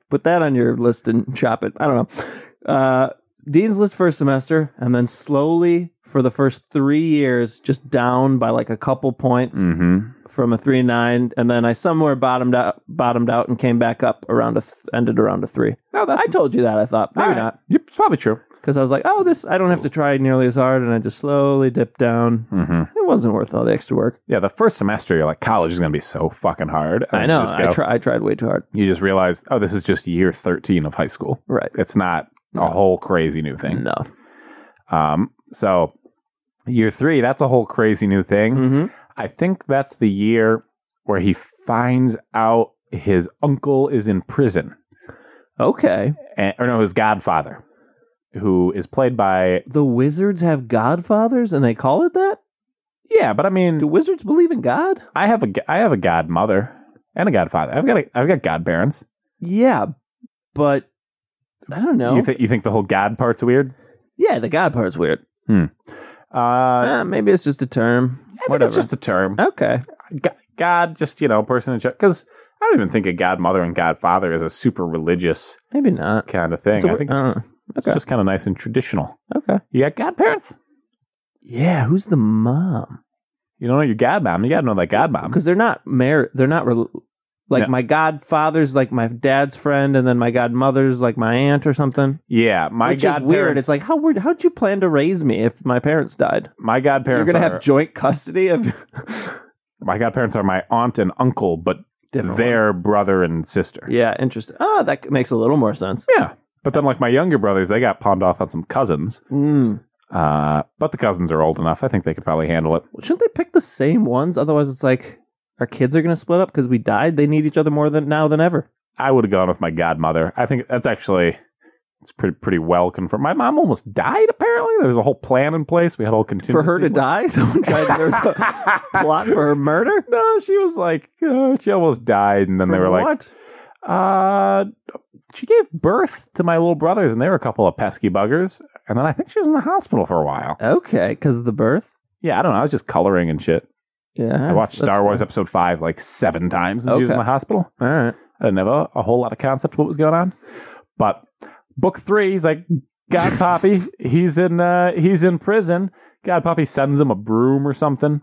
Put that on your list and shop it. I don't know. Uh, Dean's list first semester, and then slowly for the first three years, just down by like a couple points mm-hmm. from a three nine, and then I somewhere bottomed out, bottomed out, and came back up around a th- ended around a three. No, Oh, that's I told you that I thought maybe All right. not Yep, it's probably true. because I was like, oh, this I don't have to try nearly as hard, and I just slowly dipped down. Mm-hmm. It wasn't worth all the extra work. Yeah, the first semester you're like, college is going to be so fucking hard. And I know. You just, go- I, try, I tried way too hard. you just realize, oh, this is just year 13 of high school. Right. It's not a whole crazy new thing. No. Um, so year three, that's a whole crazy new thing. Mm-hmm. I think that's the year where he finds out his uncle is in prison, Okay. and, or no, his godfather, who is played by The wizards have godfathers, and they call it that. yeah. But I mean, Do wizards believe in God? I have a g- I have a godmother and a godfather. I've got a, I've got godparents. Yeah, but I don't know. You think you think the whole god part's weird? yeah, the God part's weird. Uh, Uh, maybe it's just a term. I think Whatever. it's just a term. okay. G- God, just you know, person in charge. Because I don't even think a godmother and godfather is a super religious Maybe not. kind of thing. It's a I wor- think I it's, don't it's Okay. just kind of nice and traditional. Okay. You got godparents. Yeah, who's the mom? You don't know your godmom. You got to know that godmom. Because they're not married. They're not rel like No. my godfather's like my dad's friend, and then my godmother's like my aunt or something. Yeah, my which is godparents. weird. It's like how weird. How'd you plan to raise me if my parents died? my godparents. You're gonna are, have joint custody of my godparents are my aunt and uncle, but different. their brother and sister. ones. Yeah, interesting. Ah, that makes a little more sense. Yeah. But then, like my younger brothers, they got pawned off on some cousins. Mm. Uh, but the cousins are old enough. I think they could probably handle it. Well, shouldn't they pick the same ones? Otherwise, it's like our kids are going to split up because we died. They need each other more than now than ever. I would have gone with my godmother. I think that's actually it's pretty pretty well confirmed. My mom almost died. Apparently, there was a whole plan in place. We had a whole contingency For her to plan. die, someone tried. There's a plot for her murder. no, she was like uh, she almost died, and then they For were like, what? Uh, she gave birth to my little brothers, and they were a couple of pesky buggers. And then I think she was in the hospital for a while. okay, because of the birth. Yeah, I don't know. I was just coloring and shit. Yeah, I watched that's Star Wars Episode Five like seven times, and she was in Okay. the hospital. fair. All right. I didn't have a, a whole lot of concept of what was going on. But book three, he's like, God, Poppy, he's in uh, he's in prison. God, Poppy sends him a broom or something,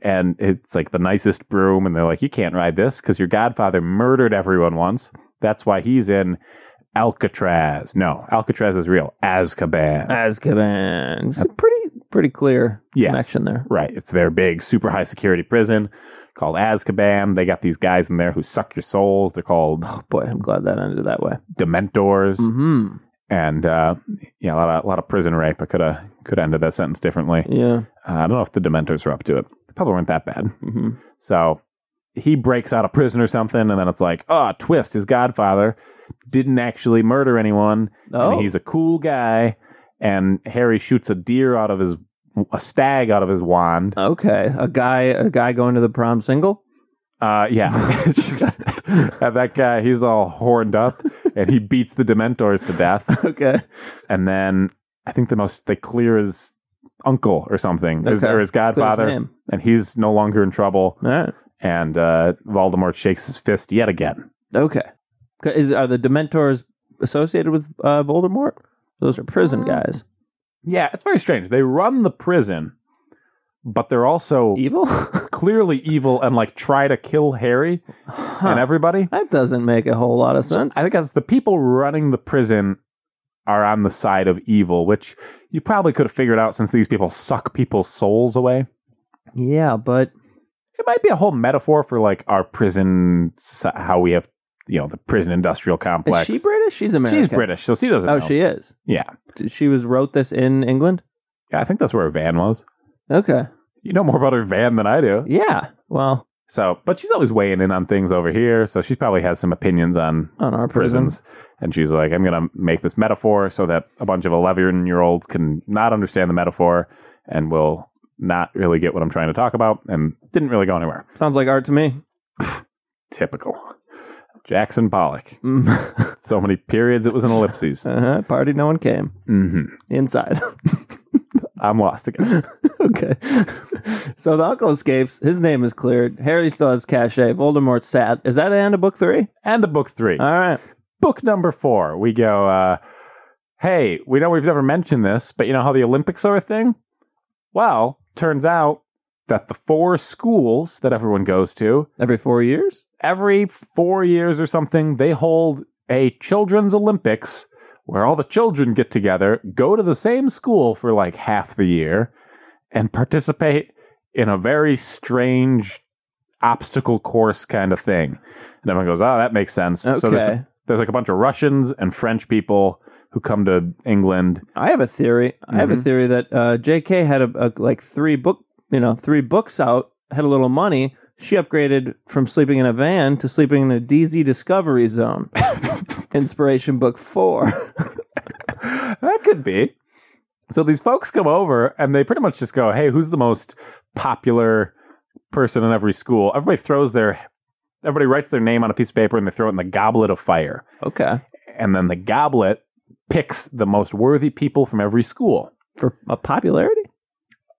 and it's like the nicest broom. And they're like, you can't ride this because your godfather murdered everyone once. That's why he's in Alcatraz. No, Alcatraz is real. Azkaban. Ah. Azkaban. It's a pretty pretty clear Yeah. connection there. Right. It's their big, super high security prison called Azkaban. They got these guys in there who suck your souls. They're called Oh boy, I'm glad that ended that way. Dementors. Mm-hmm. Hmm. and uh, yeah, a lot of a lot of prison rape. I could have could have ended that sentence differently. Yeah. Uh, I don't know if the Dementors were up to it. They probably weren't that bad. hmm So he breaks out of prison or something, and then it's like, oh, twist! His godfather didn't actually murder anyone, Oh, and he's a cool guy. And Harry shoots a deer out of his a stag out of his wand. okay. A guy a guy going to the prom single. Uh, yeah, And that guy he's all horned up, and he beats the Dementors to death. Okay. and then I think the most they clear his uncle or something his- Okay. or his godfather, Clear as name. and he's no longer in trouble. All right. And uh, Voldemort shakes his fist yet again. Okay. 'Cause Is, are the Dementors associated with uh, Voldemort? Those are prison guys. Yeah, it's very strange. They run the prison, but they're also Evil? clearly evil and like try to kill Harry Huh. and everybody. that doesn't make a whole lot of sense. I think that's the people running the prison are on the side of evil, which you probably could have figured out since these people suck people's souls away. yeah, but it might be a whole metaphor for like our prison, so- how we have, you know, the prison industrial is complex. she British? She's American. She's British, so she doesn't. Oh, know. she is. Yeah, She was wrote this in England. Yeah, I think that's where her van was. Okay. You know more about her van than I do. Yeah. Well, So, but she's always weighing in on things over here. So she probably has some opinions on on our prisons. prisons. And she's like, I'm going to make this metaphor so that a bunch of 11 year olds can not understand the metaphor and will not really get what I'm trying to talk about. And didn't really go anywhere. Sounds like art to me. Typical. Jackson Pollock. Mm. So many periods, it was an ellipses. uh-huh. Party, no one came. hmm Inside. I'm lost again. okay. so the uncle escapes. His name is cleared. Harry still has cachet. Voldemort's sad. Is that the end of book three? And the book three. All right. book number four, we go, uh, hey, we know we've never mentioned this, but you know how the Olympics are a thing? Well, turns out that the four schools that everyone goes to, Every four years? every four years or something, they hold a children's Olympics where all the children get together, go to the same school for like half the year, and participate in a very strange obstacle course kind of thing. And everyone goes, oh, that makes sense. So there's Okay. there's like a bunch of Russians and French people who come to England. I have a theory. I have a Mhm. theory that uh, J.K. had a, a like three book, you know, three books out. Had a little money. She upgraded from sleeping in a van to sleeping in a DZ Discovery Zone. Inspiration book four. that could be. So these folks come over and they pretty much just go, "Hey, who's the most popular person in every school?" Everybody throws their everybody writes their name on a piece of paper and they throw it in the goblet of fire. okay. And then the goblet picks the most worthy people from every school. For a popularity?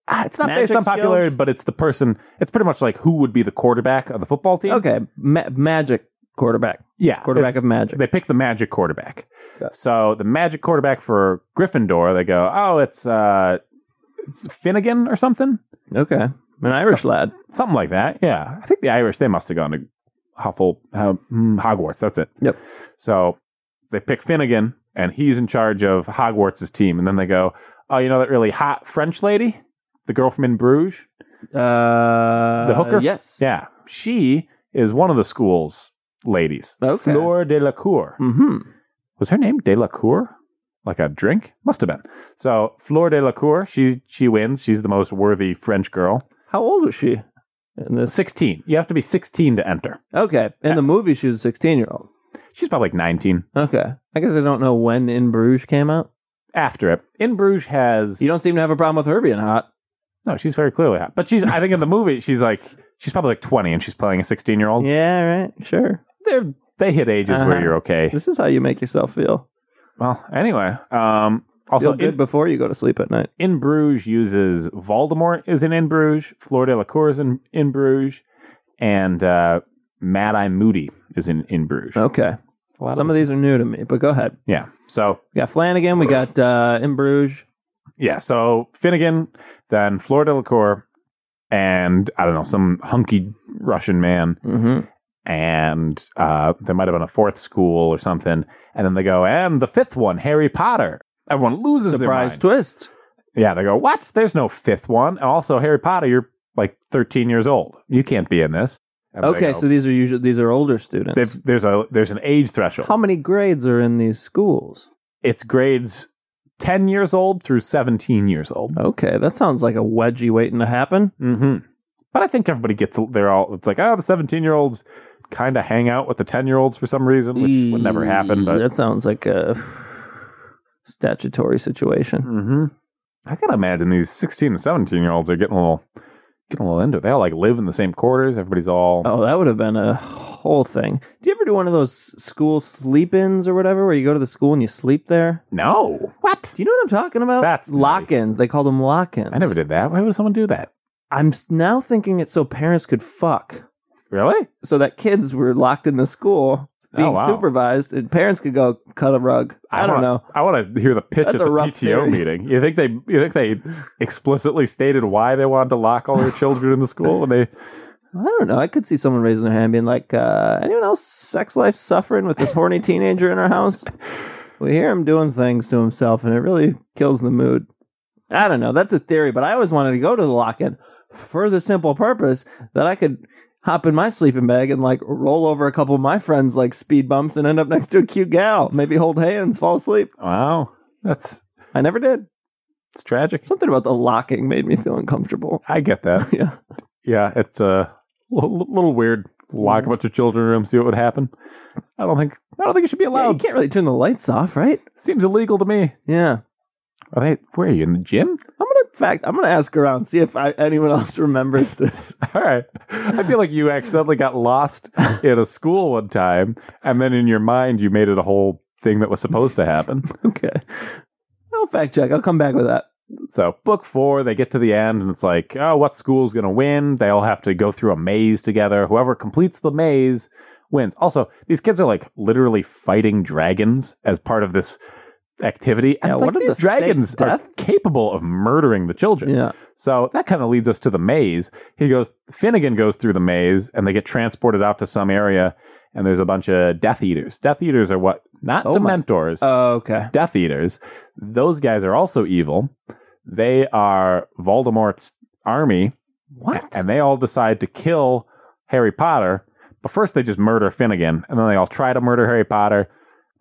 Ah, It's not based Magic on popularity, skills? but it's the person. It's pretty much like who would be the quarterback of the football team. Okay. Ma- magic quarterback. yeah, Quarterback it's- of magic. They pick the magic quarterback. Yeah. So the magic quarterback for Gryffindor, they go, oh, it's, uh, it's Finnegan or something, Okay. An Irish lad. something like that. Yeah, I think the Irish they must have gone to Huffle uh, mm, Hogwarts. That's it. Yep. So they pick Finnegan, and he's in charge of Hogwarts' team. And then they go, oh, you know that really hot French lady, the girl from In Bruges. Uh, The hooker? Yes. Yeah, she is one of the school's ladies. Okay. Fleur de la Cour. Mm-hmm. was her name De La Cour? Like a drink? Must have been. So Fleur de la Cour, she she wins. She's the most worthy French girl. How old was she in this? Sixteen. You have to be sixteen to enter. Okay. In the movie, she was a 16 year old. She's probably like nineteen. Okay. I guess I don't know when In Bruges came out. After it. In Bruges has You don't seem to have a problem with her being hot. No, she's very clearly hot. But she's I think in the movie she's like she's probably like twenty and she's playing a sixteen year old. Yeah, right. Sure. They're they hit ages Uh-huh. where you're okay. This is how you make yourself feel. Well, anyway. Um also feel good in, before you go to sleep at night. in Bruges uses Voldemort is in In Bruges, Fleur de la Cour is in In Bruges, and uh, Mad Eye Moody is in In Bruges. Okay. A lot Oh, Some of this- these are new to me, but go ahead. yeah. So We got Flanagan. We got uh, In Bruges. yeah, so Finnegan, then Fleur de la Cour, and I don't know some hunky Russian man, Mm-hmm. and uh, there might have been a fourth school or something, and then they go and the fifth one, Harry Potter. Everyone loses their Surprise mind. twist. Yeah, they go, What? There's no fifth one. And also, Harry Potter, you're like 13 years old. You can't be in this. And they Okay, go, so these are usually these are older students. they've- there's a there's an age threshold. How many grades are in these schools? It's grades 10 years old through 17 years old. Okay, that sounds like a wedgie waiting to happen. hmm But I think everybody gets they're all it's like oh the 17 year olds kind of hang out with the 10 year olds for some reason which would Mm, never happen. But that sounds like a statutory situation. hmm I gotta imagine these 16 and 17 year olds are getting a little getting a little into it. They all like live in the same quarters. Everybody's all Oh, that would have been a whole thing. Do you ever do one of those school sleep-ins or whatever, where you go to the school and you sleep there? no what Do you know what I'm talking about? That's nutty. lock-ins. They called them lock-ins. I never did that. Why would someone do that? I'm s- now thinking it's so parents could fuck, Really? so that kids were locked in the school being Oh, wow. supervised, and parents could go cut a rug. I, don't wanna- know. I want to hear the pitch That's at a the rough PTO theory. meeting. You think they you think they explicitly stated why they wanted to lock all their children in the school and they I don't know. I could see someone raising their hand, being like, uh, "Anyone else sex life suffering with this horny teenager in our house? We hear him doing things to himself, and it really kills the mood." I don't know. That's a theory, but I always wanted to go to the lock-in for the simple purpose that I could hop in my sleeping bag and like roll over a couple of my friends like speed bumps and end up next to a cute gal, maybe hold hands, fall asleep. Wow. That's I never did. It's tragic. Something about the locking made me feel uncomfortable. I get that. Yeah. Yeah, it's a little, little weird. Lock a bunch of children in a room, see what would happen. I don't think I don't think it should be yeah. You allowed. can't really turn the lights off, right? Seems illegal to me. Yeah. Are they? Where are you in the gym? I'm gonna in fact I'm gonna ask around, see if I, anyone else remembers this. All right. I feel like you accidentally got lost in a school one time, and then in your mind you made it a whole thing that was supposed to happen. okay. I'll fact check. I'll come back with that. So book four, they get to the end, and it's like, oh, what school's gonna win? They all have to go through a maze together. Whoever completes the maze wins. Also, these kids are like literally fighting dragons as part of this activity. And Yeah, it's like, what are these the dragons stakes, are death? capable of murdering the children. Yeah. So that kind of leads us to the maze. He goes, Finnegan goes through the maze, and they get transported out to some area, and there's a bunch of Death Eaters. Death Eaters are what? Not Oh my- Dementors. Oh, okay. Death Eaters. Those guys are also evil. They are Voldemort's army, What? and they all decide to kill Harry Potter. But first, they just murder Finnegan, and then they all try to murder Harry Potter.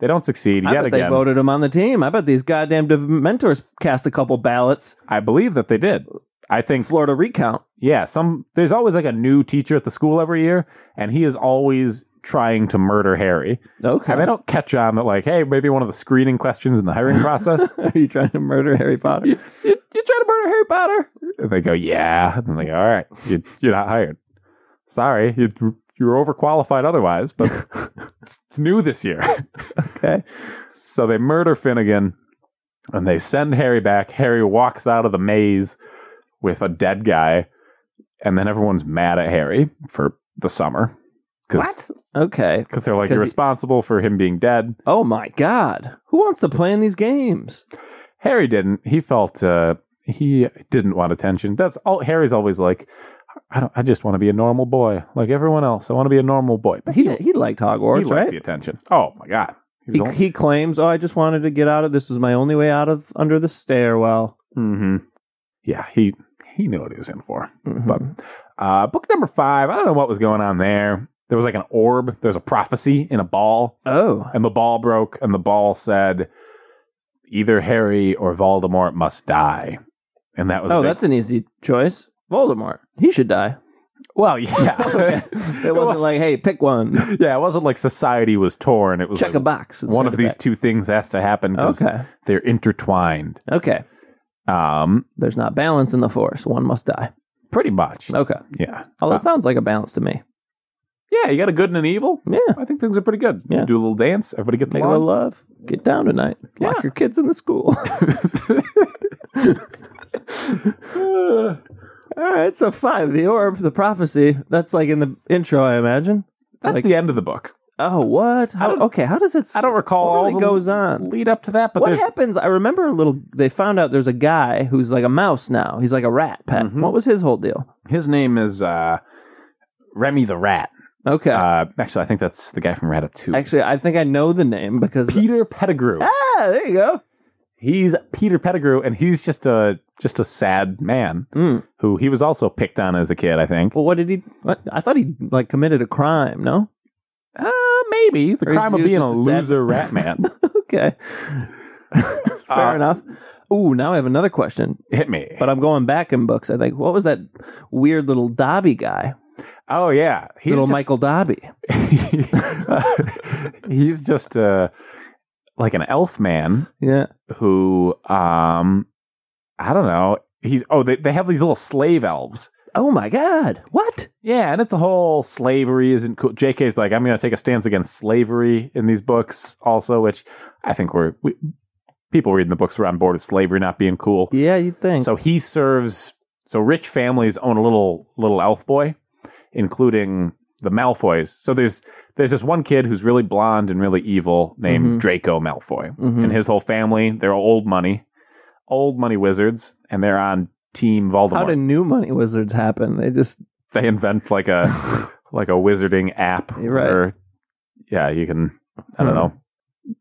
They don't succeed I yet bet they again. voted him on the team. I bet these goddamn div- mentors cast a couple ballots. I believe that they did. I think Florida recount. Yeah, some there's always like a new teacher at the school every year, and he is always trying to murder Harry. Okay. And they don't catch on that like, hey, maybe one of the screening questions in the hiring process. Are you trying to murder Harry Potter? you, you trying to murder Harry Potter? And they go, yeah. And they go, all right, you, you're not hired. Sorry, you, you're overqualified otherwise, but it's, it's new this year. Okay. So they murder Finnegan, and they send Harry back. Harry walks out of the maze with a dead guy, and then everyone's mad at Harry for the summer. Because Okay. they're like, you're 'Cause he- responsible for him being dead. Oh my god. Who wants to play in these games? Harry didn't. He felt uh, he didn't want attention. That's all. Harry's always like, I don't. I just want to be a normal boy, like everyone else. I want to be a normal boy. But he, He he liked he Hogwarts, liked right? the attention. Oh my god. He was He, he claims, "Oh, I just wanted to get out of this. Was my only way out of under the stairwell." hmm Yeah, he he knew what he was in for. But Uh, book number five. I don't know what was going on there. There was like an orb. There's a prophecy in a ball, oh, and the ball broke, and the ball said, "Either Harry or Voldemort must die." And that was a oh, big- that's an easy choice. Voldemort. He should die. well, yeah. It wasn't like, "Hey, pick one. yeah, it wasn't like society was torn. It was Check a like box." one of these instead two things has to happen that. 'cause Okay. they're intertwined. Okay. Um, There's not balance in the force. One must die. pretty much. Okay. Yeah, Oh, Uh, that sounds like a balance to me. yeah. You got a good and an evil. Yeah. I think things are pretty good. Yeah. Do a little dance. Everybody gets Make a along. little love. Get down tonight. Lock Yeah. your kids in the school. Uh, All right. So five. The orb. The prophecy. That's like in the intro, I imagine. That's Like- the end of the book. Oh, what? How, don't- okay. How does it? s- I don't recall what really all the goes on. lead up to that, but what there's happens? I remember a little. They found out there's a guy who's like a mouse now. He's like a rat pet. Mhm. What was his whole deal? his name is uh, Remy the Rat. Okay. Uh, actually, I think that's the guy from Ratatouille. Actually, I think I know the name because Peter Pettigrew. ah, there you go. He's Peter Pettigrew, and he's just a just a sad man Mm. who he was also picked on as a kid. I think. Well, what did he? What I thought he like committed a crime. No. Uh, maybe the Or he's- crime of he was being a just a sad- loser rat man. Okay. Fair Uh, enough. Ooh, now I have another question. Hit me. But I'm going back in books. I think what was that weird little Dobby guy? oh yeah, he's little just- Michael Dobby. he's just uh, like an elf man Yeah. who um I don't know. He's oh they they have these little slave elves. Oh my God! What? Yeah, and it's a whole slavery isn't cool. JK's like I'm going to take a stance against slavery in these books also, which I think we're we, people reading the books were on board with slavery not being cool. Yeah, you'd think. So he serves so rich families own a little little elf boy, including the Malfoys. So there's there's this one kid who's really blonde and really evil named Mhm. Draco Malfoy Mhm. and his whole family. They're old money, old money wizards, and they're on Team Voldemort. How do new money wizards happen? They just they invent like a like a wizarding app? You're right. where- yeah, you can. I don't Hmm. know.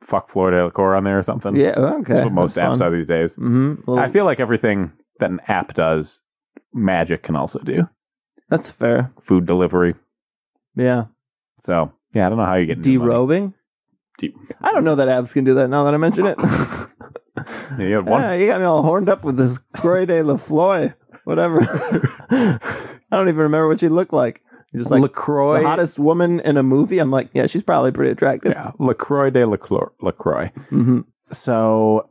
Fuck Florida Liqueur on there or something. yeah. Okay. that's what most apps are these days. Mm-hmm. I feel like everything that an app does, magic can also do. that's fair. Food delivery. Yeah. So yeah, I don't know how you get new money. Derobing. De- I don't know that apps can do that. Now that I mention it. You had one. Yeah, you got me all horned up with this Croix de LaFloy, whatever. I don't even remember what she looked like. You're just like LaCroix. the hottest woman in a movie. I'm like, yeah, she's probably pretty attractive. Yeah, LaCroix de LaClo- LaCroix. hmm So,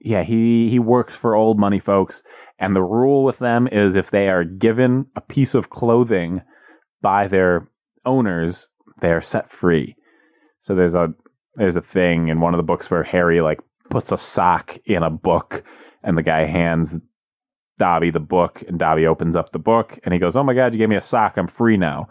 yeah, he, he works for old money folks. And the rule with them is if they are given a piece of clothing by their owners, they are set free. So there's a there's a thing in one of the books where Harry like puts a sock in a book and the guy hands Dobby the book and Dobby opens up the book and he goes, "Oh my god, you gave me a sock. I'm free now."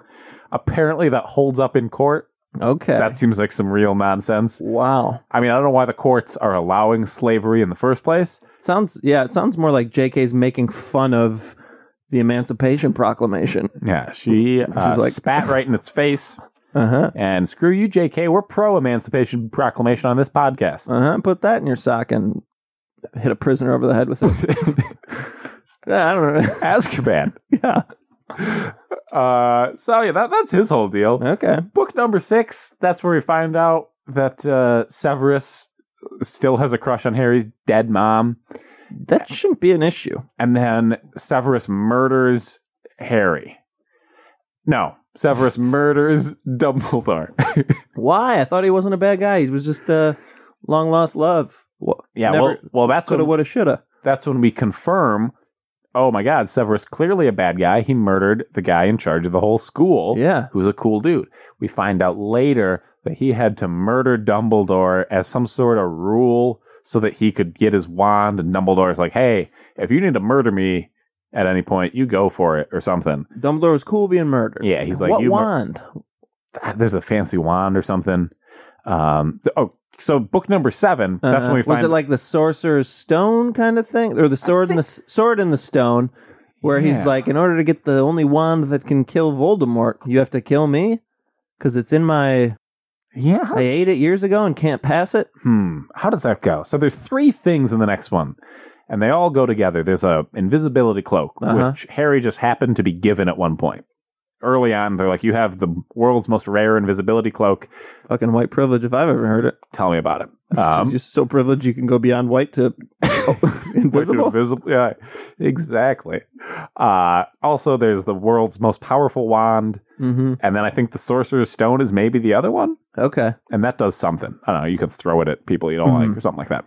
Apparently that holds up in court. Okay. That seems like some real nonsense. wow. I mean, I don't know why the courts are allowing slavery in the first place. Sounds yeah, it sounds more like JK's making fun of the Emancipation Proclamation. Yeah, she uh, She's like- spat right in its face Uh-huh. and screw you, JK. We're pro Emancipation Proclamation on this podcast. Uh-huh. Put that in your sock and hit a prisoner over the head with it. I don't know. Azkaban. yeah. Uh, so yeah, that, that's his whole deal. Okay. Book number six. That's where we find out that uh, Severus still has a crush on Harry's dead mom, That shouldn't be an issue. and then Severus murders Harry. No, Severus murders Dumbledore. Why? I thought he wasn't a bad guy. He was just uh, long lost love. yeah, Never- well, well, that's Coulda, when, woulda, shoulda. that's when we confirm. Oh my God, Severus clearly a bad guy. He murdered the guy in charge of the whole school. Yeah. who's a cool dude. We find out later that he had to murder Dumbledore as some sort of rule so that he could get his wand. And Dumbledore's like, hey, if you need to murder me at any point, you go for it or something. Dumbledore was cool being murdered. Yeah, he's like, what you mur- wand? There's a fancy wand or something. Um, th- oh, so book number 7 that's Uh-huh. when we find Was it like the Sorcerer's Stone kind of thing, or the sword in the s- sword in the stone, where Yeah. he's like, in order to get the only wand that can kill Voldemort, you have to kill me because it's in my. yeah. how- I ate it years ago and can't pass it. hmm, how does that go? So there's three things in the next one, and they all go together. There's a invisibility cloak, Uh-huh. which Harry just happened to be given at one point. Early on, they're like, "You have the world's most rare invisibility cloak. Fucking white privilege, if I've ever heard it. Tell me about it." Um, You're just so privileged you can go beyond white to invisible. invisible. Yeah, exactly. Uh, also, there's the world's most powerful wand, hmm and then I think the Sorcerer's Stone is maybe the other one. Okay. and that does something. I don't know. You can throw it at people you don't Mm-hmm. like or something like that.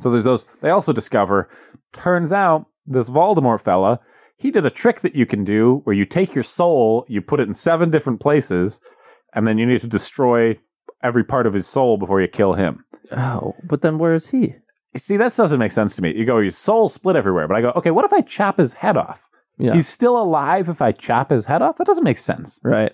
So there's those. They also discover. Turns out this Voldemort fella, he did a trick that you can do where you take your soul, you put it in seven different places, and then you need to destroy every part of his soul before you kill him. Oh, but then where is he? See, that doesn't make sense to me. You go, your soul split everywhere, but I go, okay, what if I chop his head off? Yeah. He's still alive if I chop his head off. That doesn't make sense. Right.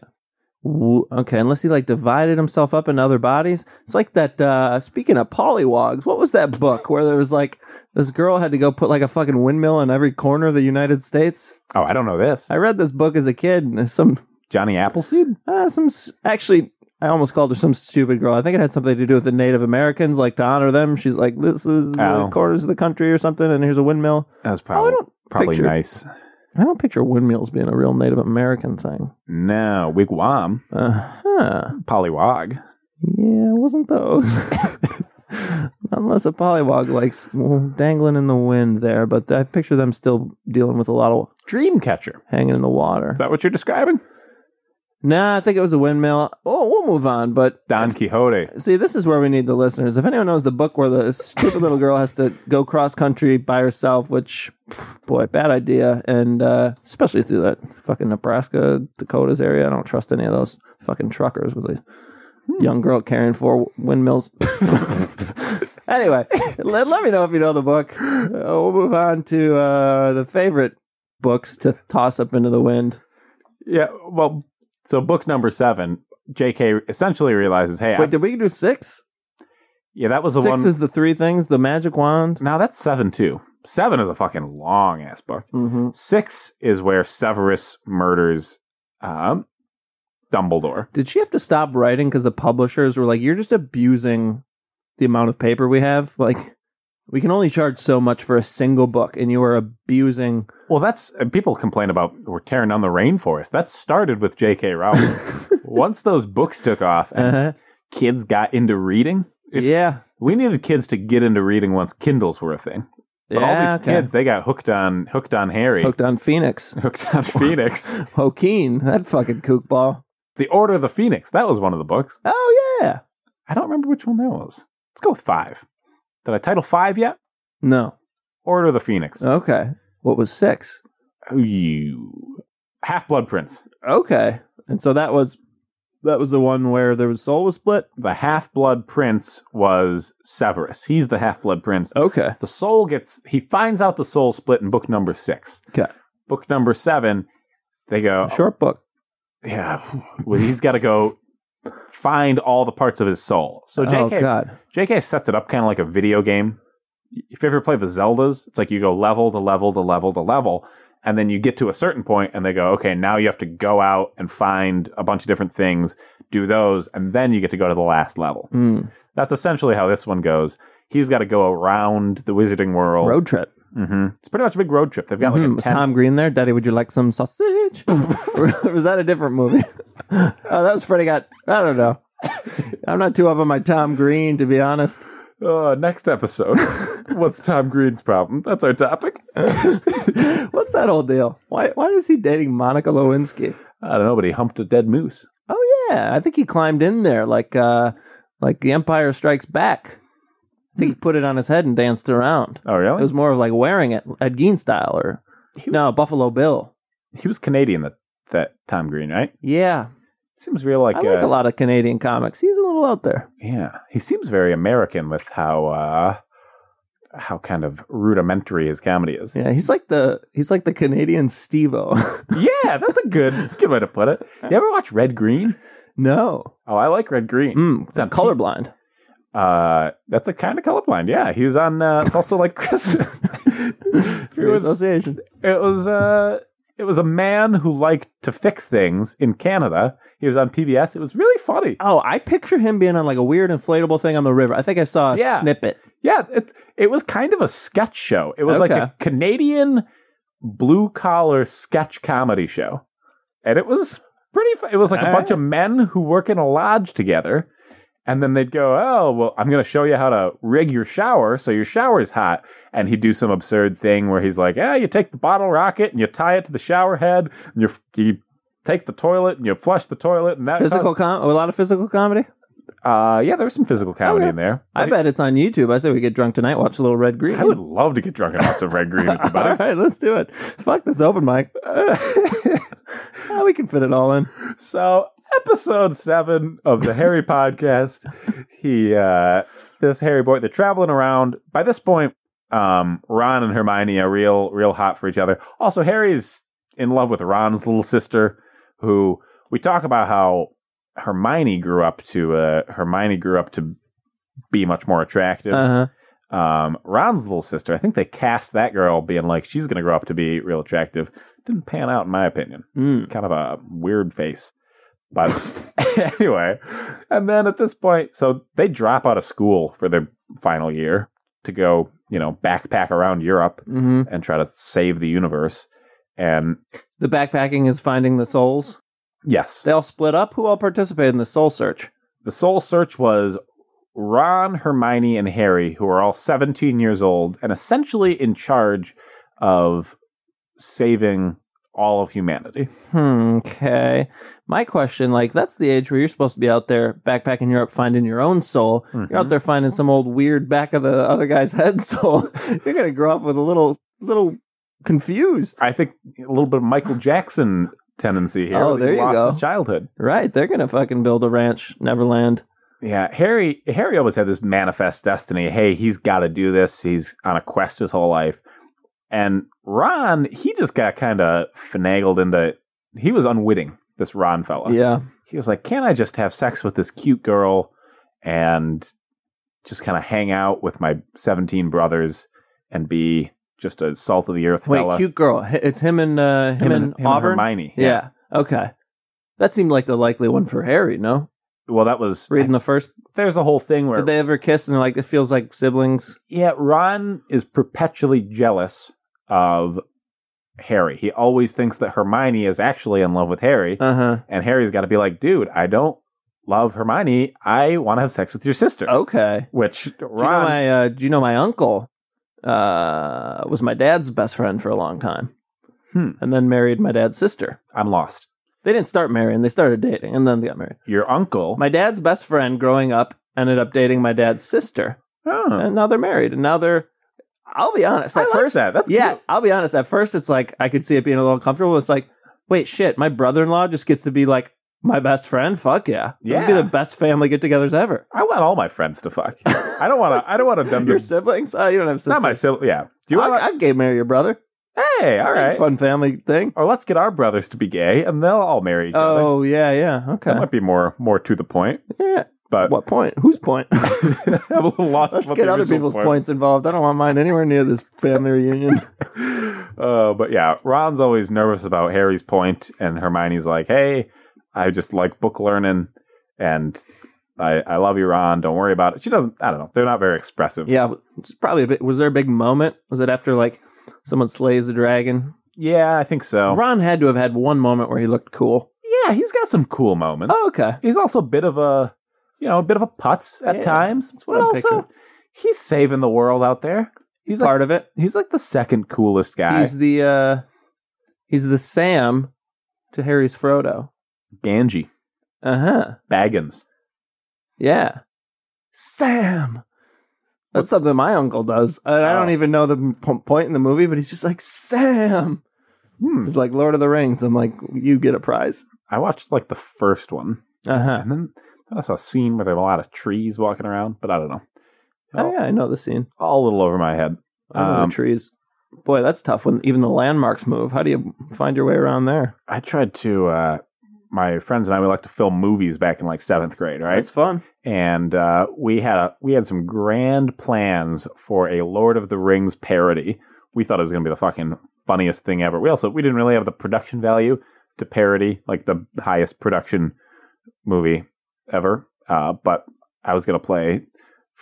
W- okay, unless he like divided himself up in other bodies. It's like that uh speaking of pollywogs, what was that book where there was like this girl had to go put like a fucking windmill in every corner of the United States? Oh, I don't know this. I read this book as a kid and there's some Johnny Appleseed. uh, some s- actually I almost called her some stupid girl. I think it had something to do with the Native Americans like to honor them. She's like this is Oh. the corners of the country or something and here's a windmill. That was Oh, I probably don't probably picture- nice. I don't picture windmills being a real Native American thing. No, wigwam, Uh-huh. polywog. Yeah, it wasn't those. Unless a polywog likes well, dangling in the wind there, but I picture them still dealing with a lot of Dreamcatcher. hanging in the water. Is that what you're describing? Nah, I think it was a windmill. Oh, we'll move on. But Don Quixote. see, this is where we need the listeners. If anyone knows the book where the stupid little girl has to go cross country by herself, which, boy, bad idea. And uh, especially through that fucking Nebraska, Dakotas area, I don't trust any of those fucking truckers with these Hmm. young girl carrying four windmills. anyway, let, let me know if you know the book. Uh, we'll move on to uh, the favorite books to toss up into the wind. Yeah. Well, so book number seven, J.K. essentially realizes, hey, I, Wait, did we do six? yeah, that was the Six one. is the three things: the magic wand. now that's seven too. Seven is a fucking long ass book. Mm-hmm. Six is where Severus murders um, Dumbledore. Did she have to stop writing because the publishers were like, "You're just abusing the amount of paper we have. Like, we can only charge so much for a single book, and you are abusing." Well, that's and people complain about we're tearing down the rainforest. That started with J.K. Rowling. Once those books took off and Uh-huh. kids got into reading, If- yeah, we needed kids to get into reading once Kindles were a thing. But all these okay. kids, they got hooked on hooked on Harry, hooked, hooked on Phoenix. on Phoenix, Hokeen, that fucking kookball. The Order of the Phoenix. That was one of the books. Oh yeah. I don't remember which one that was. Let's go with five. Did I title five yet? No. Order of the Phoenix. Okay. What was six? Oh, you Half Blood Prince. Okay. And so that was that was the one where the soul was split. The Half Blood Prince was Severus. He's the Half Blood Prince. Okay. The soul gets he finds out the soul split in book number six. Okay. Book number seven, they go A short book. Yeah. Well, he's gotta go find all the parts of his soul. So JK Oh God. JK sets it up kind of like a video game. If you ever play the Zeldas, it's like you go level to level to level to level, and then you get to a certain point, and they go, okay, now you have to go out and find a bunch of different things, do those, and then you get to go to the last level. Mm. That's essentially how this one goes. He's got to go around the Wizarding World. Road trip. hmm It's pretty much a big road trip. They've got Mhm. like a was tent. Tom Green there? Daddy, would you like some sausage? Or was that a different movie? oh, that was Freddy Got. I don't know. I'm not too up on my Tom Green, to be honest. Uh, next episode. What's Tom Green's problem? That's our topic. What's that whole deal? Why why is he dating Monica Lewinsky? I don't know, but he humped a dead moose. Oh yeah, I think he climbed in there like uh like The Empire Strikes Back. I think he put it on his head and danced around. Oh, really? It was more of like wearing it Ed Gein style or He was- no Buffalo Bill. he was Canadian, that, that Tom Green, right? Yeah, Seems real like, I like uh, a lot of Canadian comics. He's a little out there. yeah. He seems very American with how uh how kind of rudimentary his comedy is. Yeah, he's like the he's like the Canadian Stevo. Yeah, that's a good that's a good way to put it. You ever watch Red Green? no, Oh, I like Red Green. mm, It's on colorblind. Uh that's a kind of colorblind. Yeah, he was on uh it's also like Christmas. it Free was association. it was uh it was a man who liked to fix things in Canada. He was on PBS. It was really funny. Oh, I picture him being on like a weird inflatable thing on the river. I think I saw a Yeah. snippet. Yeah, it it was kind of a sketch show. It was like Okay. a Canadian blue collar sketch comedy show, and it was pretty. Fun. It was like a All bunch of men who work in a lodge together, and then they'd go, "Oh, well, I'm going to show you how to rig your shower so your shower's hot." And he'd do some absurd thing where he's like, "Yeah, you take the bottle rocket and you tie it to the shower head, and you you take the toilet and you flush the toilet, and that Physical com- a lot of physical comedy. Uh, yeah, there was some physical comedy Okay. in there. Oh, I bet it's on YouTube. I say we get drunk tonight, watch a little Red Green. I would love to get drunk and watch some red green with you, buddy. All right, let's do it. Fuck this open mic. Ah, we can fit it all in. so episode seven of the Harry podcast. He uh this Harry boy, they're traveling around. By this point, um Ron and Hermione are real real hot for each other. Also, Harry is in love with Ron's little sister, who we talk about how Hermione grew up to uh Hermione grew up to be much more attractive. Uh huh. Um Ron's little sister, I think they cast that girl being like she's gonna grow up to be real attractive. Didn't pan out in my opinion Mm. kind of a weird face. But anyway, and then at this point, so they drop out of school for their final year to go, you know, backpack around Europe hmm and try to save the universe. And The backpacking is finding the souls. yes, They all split up. Who all participated in the soul search? the soul search was Ron, Hermione, and Harry, who are all 17 years old and essentially in charge of saving all of humanity. Hmm. Okay. My question, like, that's the age where you're supposed to be out there backpacking Europe, finding your own soul. You're out there finding some old weird back of the other guy's head soul. you're gonna grow up with a little, little confused. I think a little bit of Michael Jackson tendency here. Oh, He there you lost go. His childhood. Right? They're gonna fucking build a ranch, Neverland. Yeah, Harry. Harry always had this manifest destiny. Hey, he's got to do this. He's on a quest his whole life. And Ron, he just got kind of finagled into. He was unwitting. This Ron fella. Yeah. He was like, "Can't I just have sex with this cute girl and just kind of hang out with my seventeen brothers and be just a salt of the earth Wait, fella?" cute girl. H- It's him and uh, him, and, him Auburn. Hermione. yeah. Okay. That seemed like the likely one for Harry. No, Well, that was. reading the first. There's a whole thing where Did they ever kiss? And like it feels like siblings. Yeah, Ron is perpetually jealous of Harry. He always thinks that Hermione is actually in love with Harry, Uh huh. and Harry's got to be like, "Dude, I don't love Hermione. I want to have sex with your sister. Okay. Which Oh. Do you know Ron, my uh, do you know my uncle uh, was my dad's best friend for a long time, Hmm. and then married my dad's sister. I'm lost. They didn't start marrying; they started dating, and then they got married. Your uncle. My dad's best friend growing up ended up dating my dad's sister, oh, and now they're married. And now they're. I'll be honest. I At like first, that. That's yeah, cute. I'll be honest. At first, it's like I could see it being a little uncomfortable. It's like, wait, shit, my brother-in-law just gets to be like my best friend. Fuck yeah, This would be Yeah. the best family get-togethers ever. I want all my friends to fuck. I don't want to. I don't want to dumb Your them. siblings? Oh, you don't have sisters. Not my sibling. Yeah. Do you I, want? I gay marry your brother. Hey, all right. Fun family thing. Or let's get our brothers to be gay, and they'll all marry each other. Oh yeah, yeah. Okay. That might be more more to the point. Yeah. But What point? Whose point? I'm a little lost. Let's what get the other original people's point. points involved. I don't want mine anywhere near this family reunion. Uh, but yeah, Ron's always nervous about Harry's point, and Hermione's like, "Hey, I just like book learning, and I I love you, Ron. Don't worry about it." She doesn't. I don't know. They're not very expressive. yeah, it's probably a bit. Was there a big moment? Was it after like someone slays a dragon? Yeah, I think so. Ron had to have had one moment where he looked cool. yeah, he's got some cool moments. Oh, okay. He's also a bit of a, you know, a bit of a putz at Yeah, times, what but I'm also picturing. he's saving the world out there. He's like Part of it. he's like the second coolest guy. He's the uh he's the Sam to Harry's Frodo. Ganji Uh huh. Baggins. Yeah. Sam. That's something my uncle does. And I Oh. don't even know the p- point in the movie, but he's just like, Sam. Hmm. He's like Lord of the Rings. I'm like, you get a prize. I watched like the first one, Uh huh. and then I saw a scene where there were a lot of trees walking around, but I don't know. Oh, yeah, I know the scene. All a little over my head. I know Um, the trees. Boy, that's tough when even the landmarks move. How do you find your way around there? I tried to. Uh, my friends and I we like to film movies back in like seventh grade, right? It's fun. and uh, we had a, we had some grand plans for a Lord of the Rings parody. We thought it was going to be the fucking funniest thing ever. We also we didn't really have the production value to parody like the highest production movie ever. Uh, but I was going to play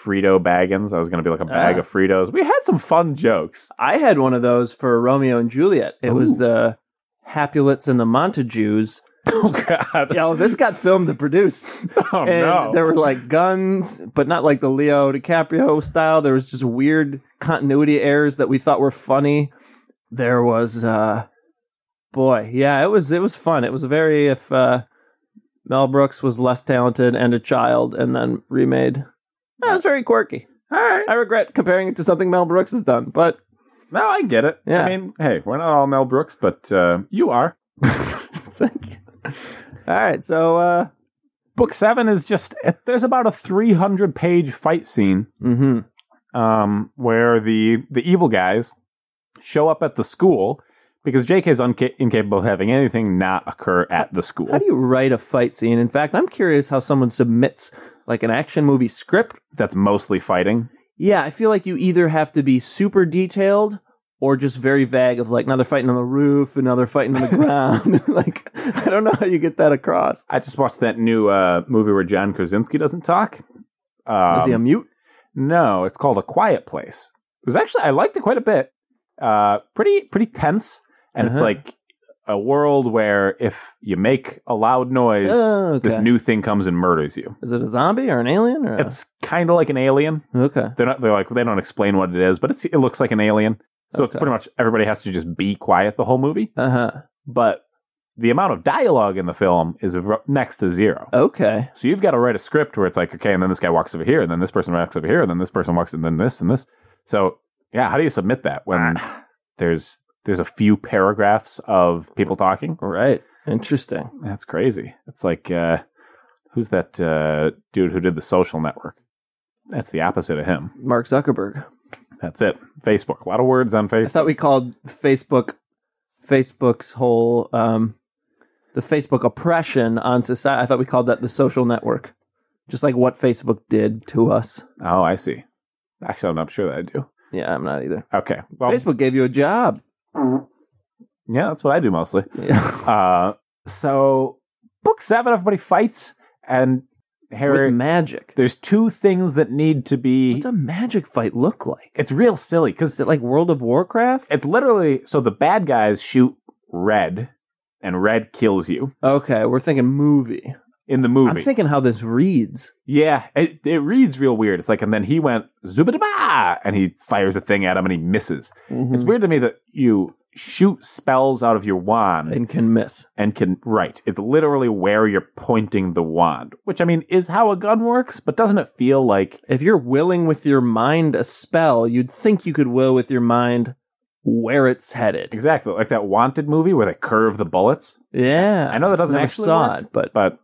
Frito Baggins. I was going to be like a bag Ah. of Fritos. We had some fun jokes. I had one of those for Romeo and Juliet. It Ooh. was the Hapulets and the Montagues. Oh God! Yo, this got filmed and produced. oh and no! there were like guns, but not like the Leo DiCaprio style. There was just weird continuity errors that we thought were funny. There was uh boy, yeah, it was it was fun. It was very if uh Mel Brooks was less talented and a child and then remade. That was very quirky. All right. I regret comparing it to something Mel Brooks has done, but No, I get it. Yeah. I mean, hey, we're not all Mel Brooks, but uh, you are. thank you. All right, so uh book seven is just it- there's about a 300 page fight scene mhm. um, where the the evil guys show up at the school because jk is unca- incapable of having anything not occur at the school How do you write a fight scene? In fact, I'm curious how someone submits like an action movie script that's mostly fighting Yeah, I feel like you either have to be super detailed or just very vague of like now they're fighting on the roof and now they're fighting on the ground. like I don't know how you get that across. i just watched that new uh, movie where john krasinski doesn't talk Is he a um, mute? no it's called a quiet place it was actually i liked it quite a bit uh, pretty pretty tense and it's Uh-huh. like a world where if you make a loud noise Oh, okay. this new thing comes and murders you Is it a zombie or an alien or a- It's kind of like an alien. okay? They're not. They're like they don't explain what it is, but it's, it looks like an alien. So it's Okay. pretty much everybody has to just be quiet the whole movie. Uh huh. But the amount of dialogue in the film is r- next to zero. Okay. So you've got to write a script where it's like, okay, and then this guy walks over here, and then this person walks over here, and then this person walks, and then this and this. So yeah, how do you submit that when Ah. there's there's a few paragraphs of people talking? All right. Interesting. That's crazy. It's like uh, who's that uh, dude who did the Social Network? That's the opposite of him. Mark Zuckerberg. That's it. Facebook. A lot of words on I Facebook. thought we called Facebook Facebook's whole um the Facebook oppression on society. I thought we called that the social network. Just like what Facebook did to us. oh, I see. Actually, I'm not sure that I do. Yeah, I'm not either. Okay. Well, Facebook gave you a job. yeah, that's what I do mostly. Yeah. Uh, so, book seven, everybody fights, and Harry. With magic. there's two things that need to be. What's a magic fight look like? It's real silly Is because it like World of Warcraft? it's literally so the bad guys shoot red, and red kills you. Okay, we're thinking movie. in the movie. I'm thinking how this reads. yeah, it, it reads real weird. It's like, and then he went zubadaba, and he fires a thing at him, and he misses. It's Hmm. weird to me that you shoot spells out of your wand and can miss. and can right. It's literally where you're pointing the wand, which I mean is how a gun works, but doesn't it feel like If you're willing with your mind a spell, you'd think you could will with your mind where it's headed. exactly like that wanted movie where they curve the bullets? Yeah, I know that doesn't never actually saw work. it, but But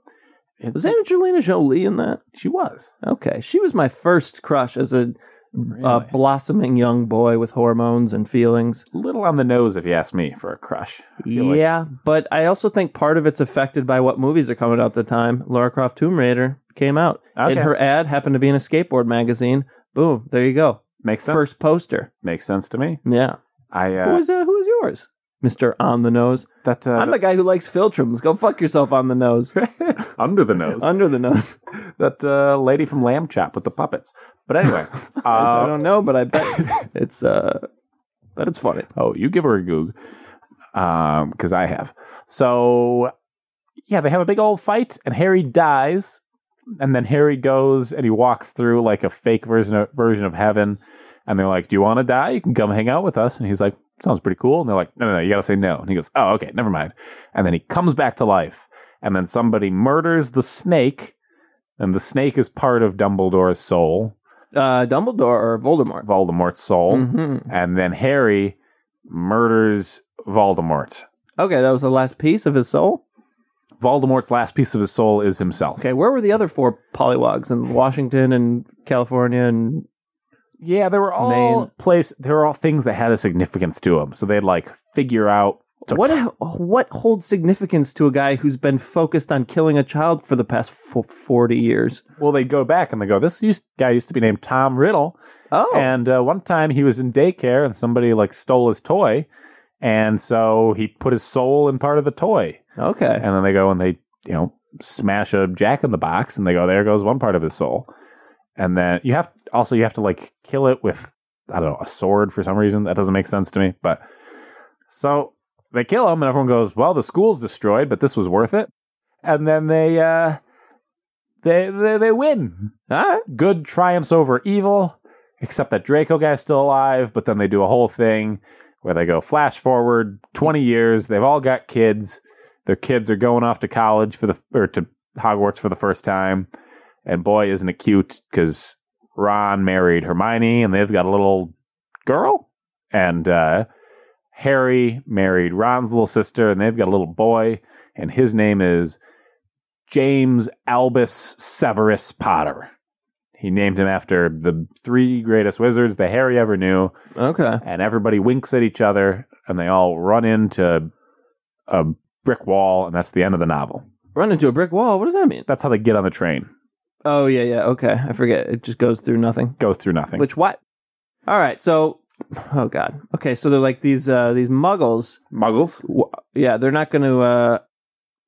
it, was Angelina Jolie in that? she was. Okay, she was my first crush as a uh, Really? blossoming young boy with hormones and feelings. little on the nose if you ask me for a crush. I feel like- Yeah, but I also think part of it's affected by what movies are coming out at the time. Lara Croft Tomb Raider came out, and Okay. her ad happened to be in a skateboard magazine. Boom, there you go. makes sense. First poster. makes sense to me. Yeah. I Who uh, was uh, who was yours, Mister On the Nose? that uh, I'm the guy who likes filtrums. Go fuck yourself on the nose, under the nose. under the nose. that uh, lady from Lamb Chop with the puppets. But anyway, I uh, don't know, but I bet it's uh, but it's funny. oh, you give her a goog because I have. So yeah, they have a big old fight, and Harry dies, and then Harry goes and he walks through like a fake version of, version of heaven, and they're like, "Do you want to die? You can come hang out with us." And he's like, "Sounds pretty cool." And they're like, "No, no, no, you gotta say no." And he goes, "Oh, okay, never mind." And then he comes back to life, and then somebody murders the snake, and the snake is part of Dumbledore's soul, Uh, Dumbledore or Voldemort? Voldemort's soul, Mhm. and then Harry murders Voldemort. Okay, that was the last piece of his soul. Voldemort's last piece of his soul is himself. Okay, where were the other four pollywogs in Washington and California and Yeah, there were all Main- place. There were all things that had a significance to him. So they'd like figure out. So what? What holds significance to a guy who's been focused on killing a child for the past f- forty years? Well, they'd go back and they go, "This used, guy used to be named Tom Riddle, Oh, and uh, one time he was in daycare and somebody like stole his toy, and so he put his soul in part of the toy. okay. And then they go and they you know smash a jack in the box, and they go, "There goes one part of his soul." And then you have also you have to like kill it with I don't know a sword for some reason that doesn't make sense to me, but So they kill him, and everyone goes, "Well, the school's destroyed, but this was worth it." And then they uh, they, they they win. All right. Good triumphs over evil, except that Draco guy's still alive. But then they do a whole thing where they go flash forward twenty years. They've all got kids. Their kids are going off to college for the or to Hogwarts for the first time, and boy, isn't it cute because Ron married Hermione, and they've got a little girl, and uh, Harry married Ron's little sister, and they've got a little boy, and his name is James Albus Severus Potter. He named him after the three greatest wizards that Harry ever knew, Okay. and everybody winks at each other, and they all run into a brick wall, and that's the end of the novel. Run into a brick wall. What does that mean? That's how they get on the train. Oh yeah, yeah. Okay, I forget. It just goes through nothing. Goes through nothing. Which what? All right. So, oh god. Okay, so they're like these uh these muggles. Muggles. W- Yeah, they're not going to uh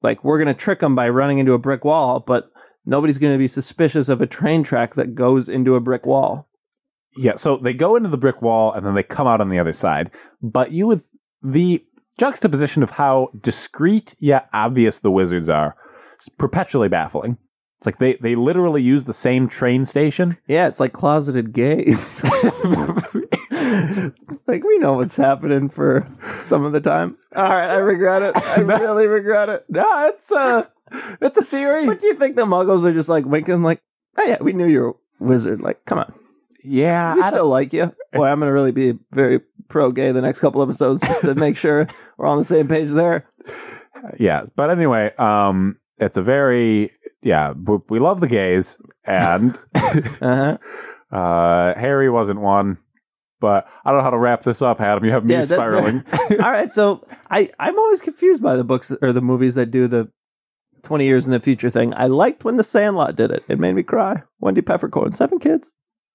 like we're going to trick them by running into a brick wall, but nobody's going to be suspicious of a train track that goes into a brick wall. Yeah, so they go into the brick wall and then they come out on the other side. But you would the juxtaposition of how discreet yet obvious the wizards are is perpetually baffling. It's like they, they literally use the same train station. Yeah, it's like closeted gays. like we know what's happening for some of the time. All right, I regret it. I really regret it. uh, No, it's a it's a theory. But do you think the muggles are just like winking, like, oh yeah, we knew you were a wizard. Like, come on. yeah, We I don't- still like you. Boy, I'm going to really be very pro gay the next couple episodes just to make sure we're on the same page there. yeah. But anyway, um, it's a very yeah. We, we love the gays, and Uh-huh. uh, Harry wasn't one. But I don't know how to wrap this up, Adam. You have me Yeah, that's fair. spiraling. All right. So I, I'm always confused by the books or the movies that do the 20 years in the future thing. I liked when The Sandlot did it. It made me cry. Wendy Peppercorn, seven kids.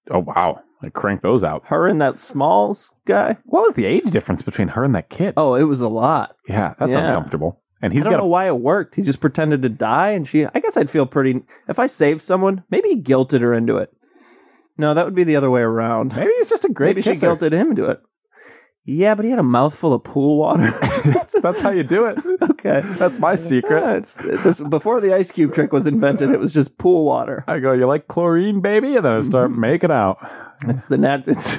Oh wow! I cranked those out. Her and that Smalls guy. What was the age difference between her and that kid? Oh, it was a lot. yeah, that's yeah. uncomfortable. And he's I don't got know a, why it worked. He just pretended to die, and she. I guess I'd feel pretty if I saved someone. Maybe he guilted her into it. No, that would be the other way around. maybe he's just a great maybe kisser. she guilted him into it. Yeah, but he had a mouthful of pool water. that's, that's how you do it. okay. That's my Yeah, secret. it's- this, before the ice cube trick was invented, it was just pool water. I go, you like chlorine, baby? And then I start Mm-hmm. making out. It's the nat. It's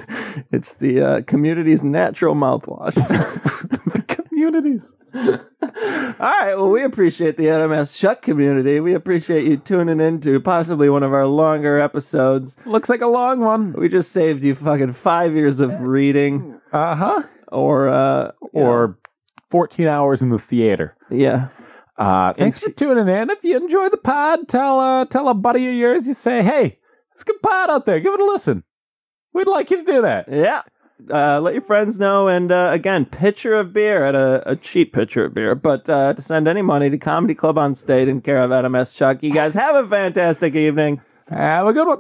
it's the uh, community's natural mouthwash. the communities. All right. Well, we appreciate the NMS Shuck community. We appreciate you tuning in to possibly one of our longer episodes. Looks like a long one. We just saved you fucking five years of reading Uh huh. or uh Or 14 hours in the theater. yeah. Uh, thanks for tuning in. If you enjoy the pod, tell uh, tell a buddy of yours. You say, hey, it's a good pod out there. Give it a listen. We'd like you to do that. Yeah. Uh, let your friends know. And uh, again, pitcher of beer at a, a cheap pitcher of beer, but uh, to send any money to Comedy Club on State in care of Adam S. Chuck. You guys have a fantastic evening. Have a good one.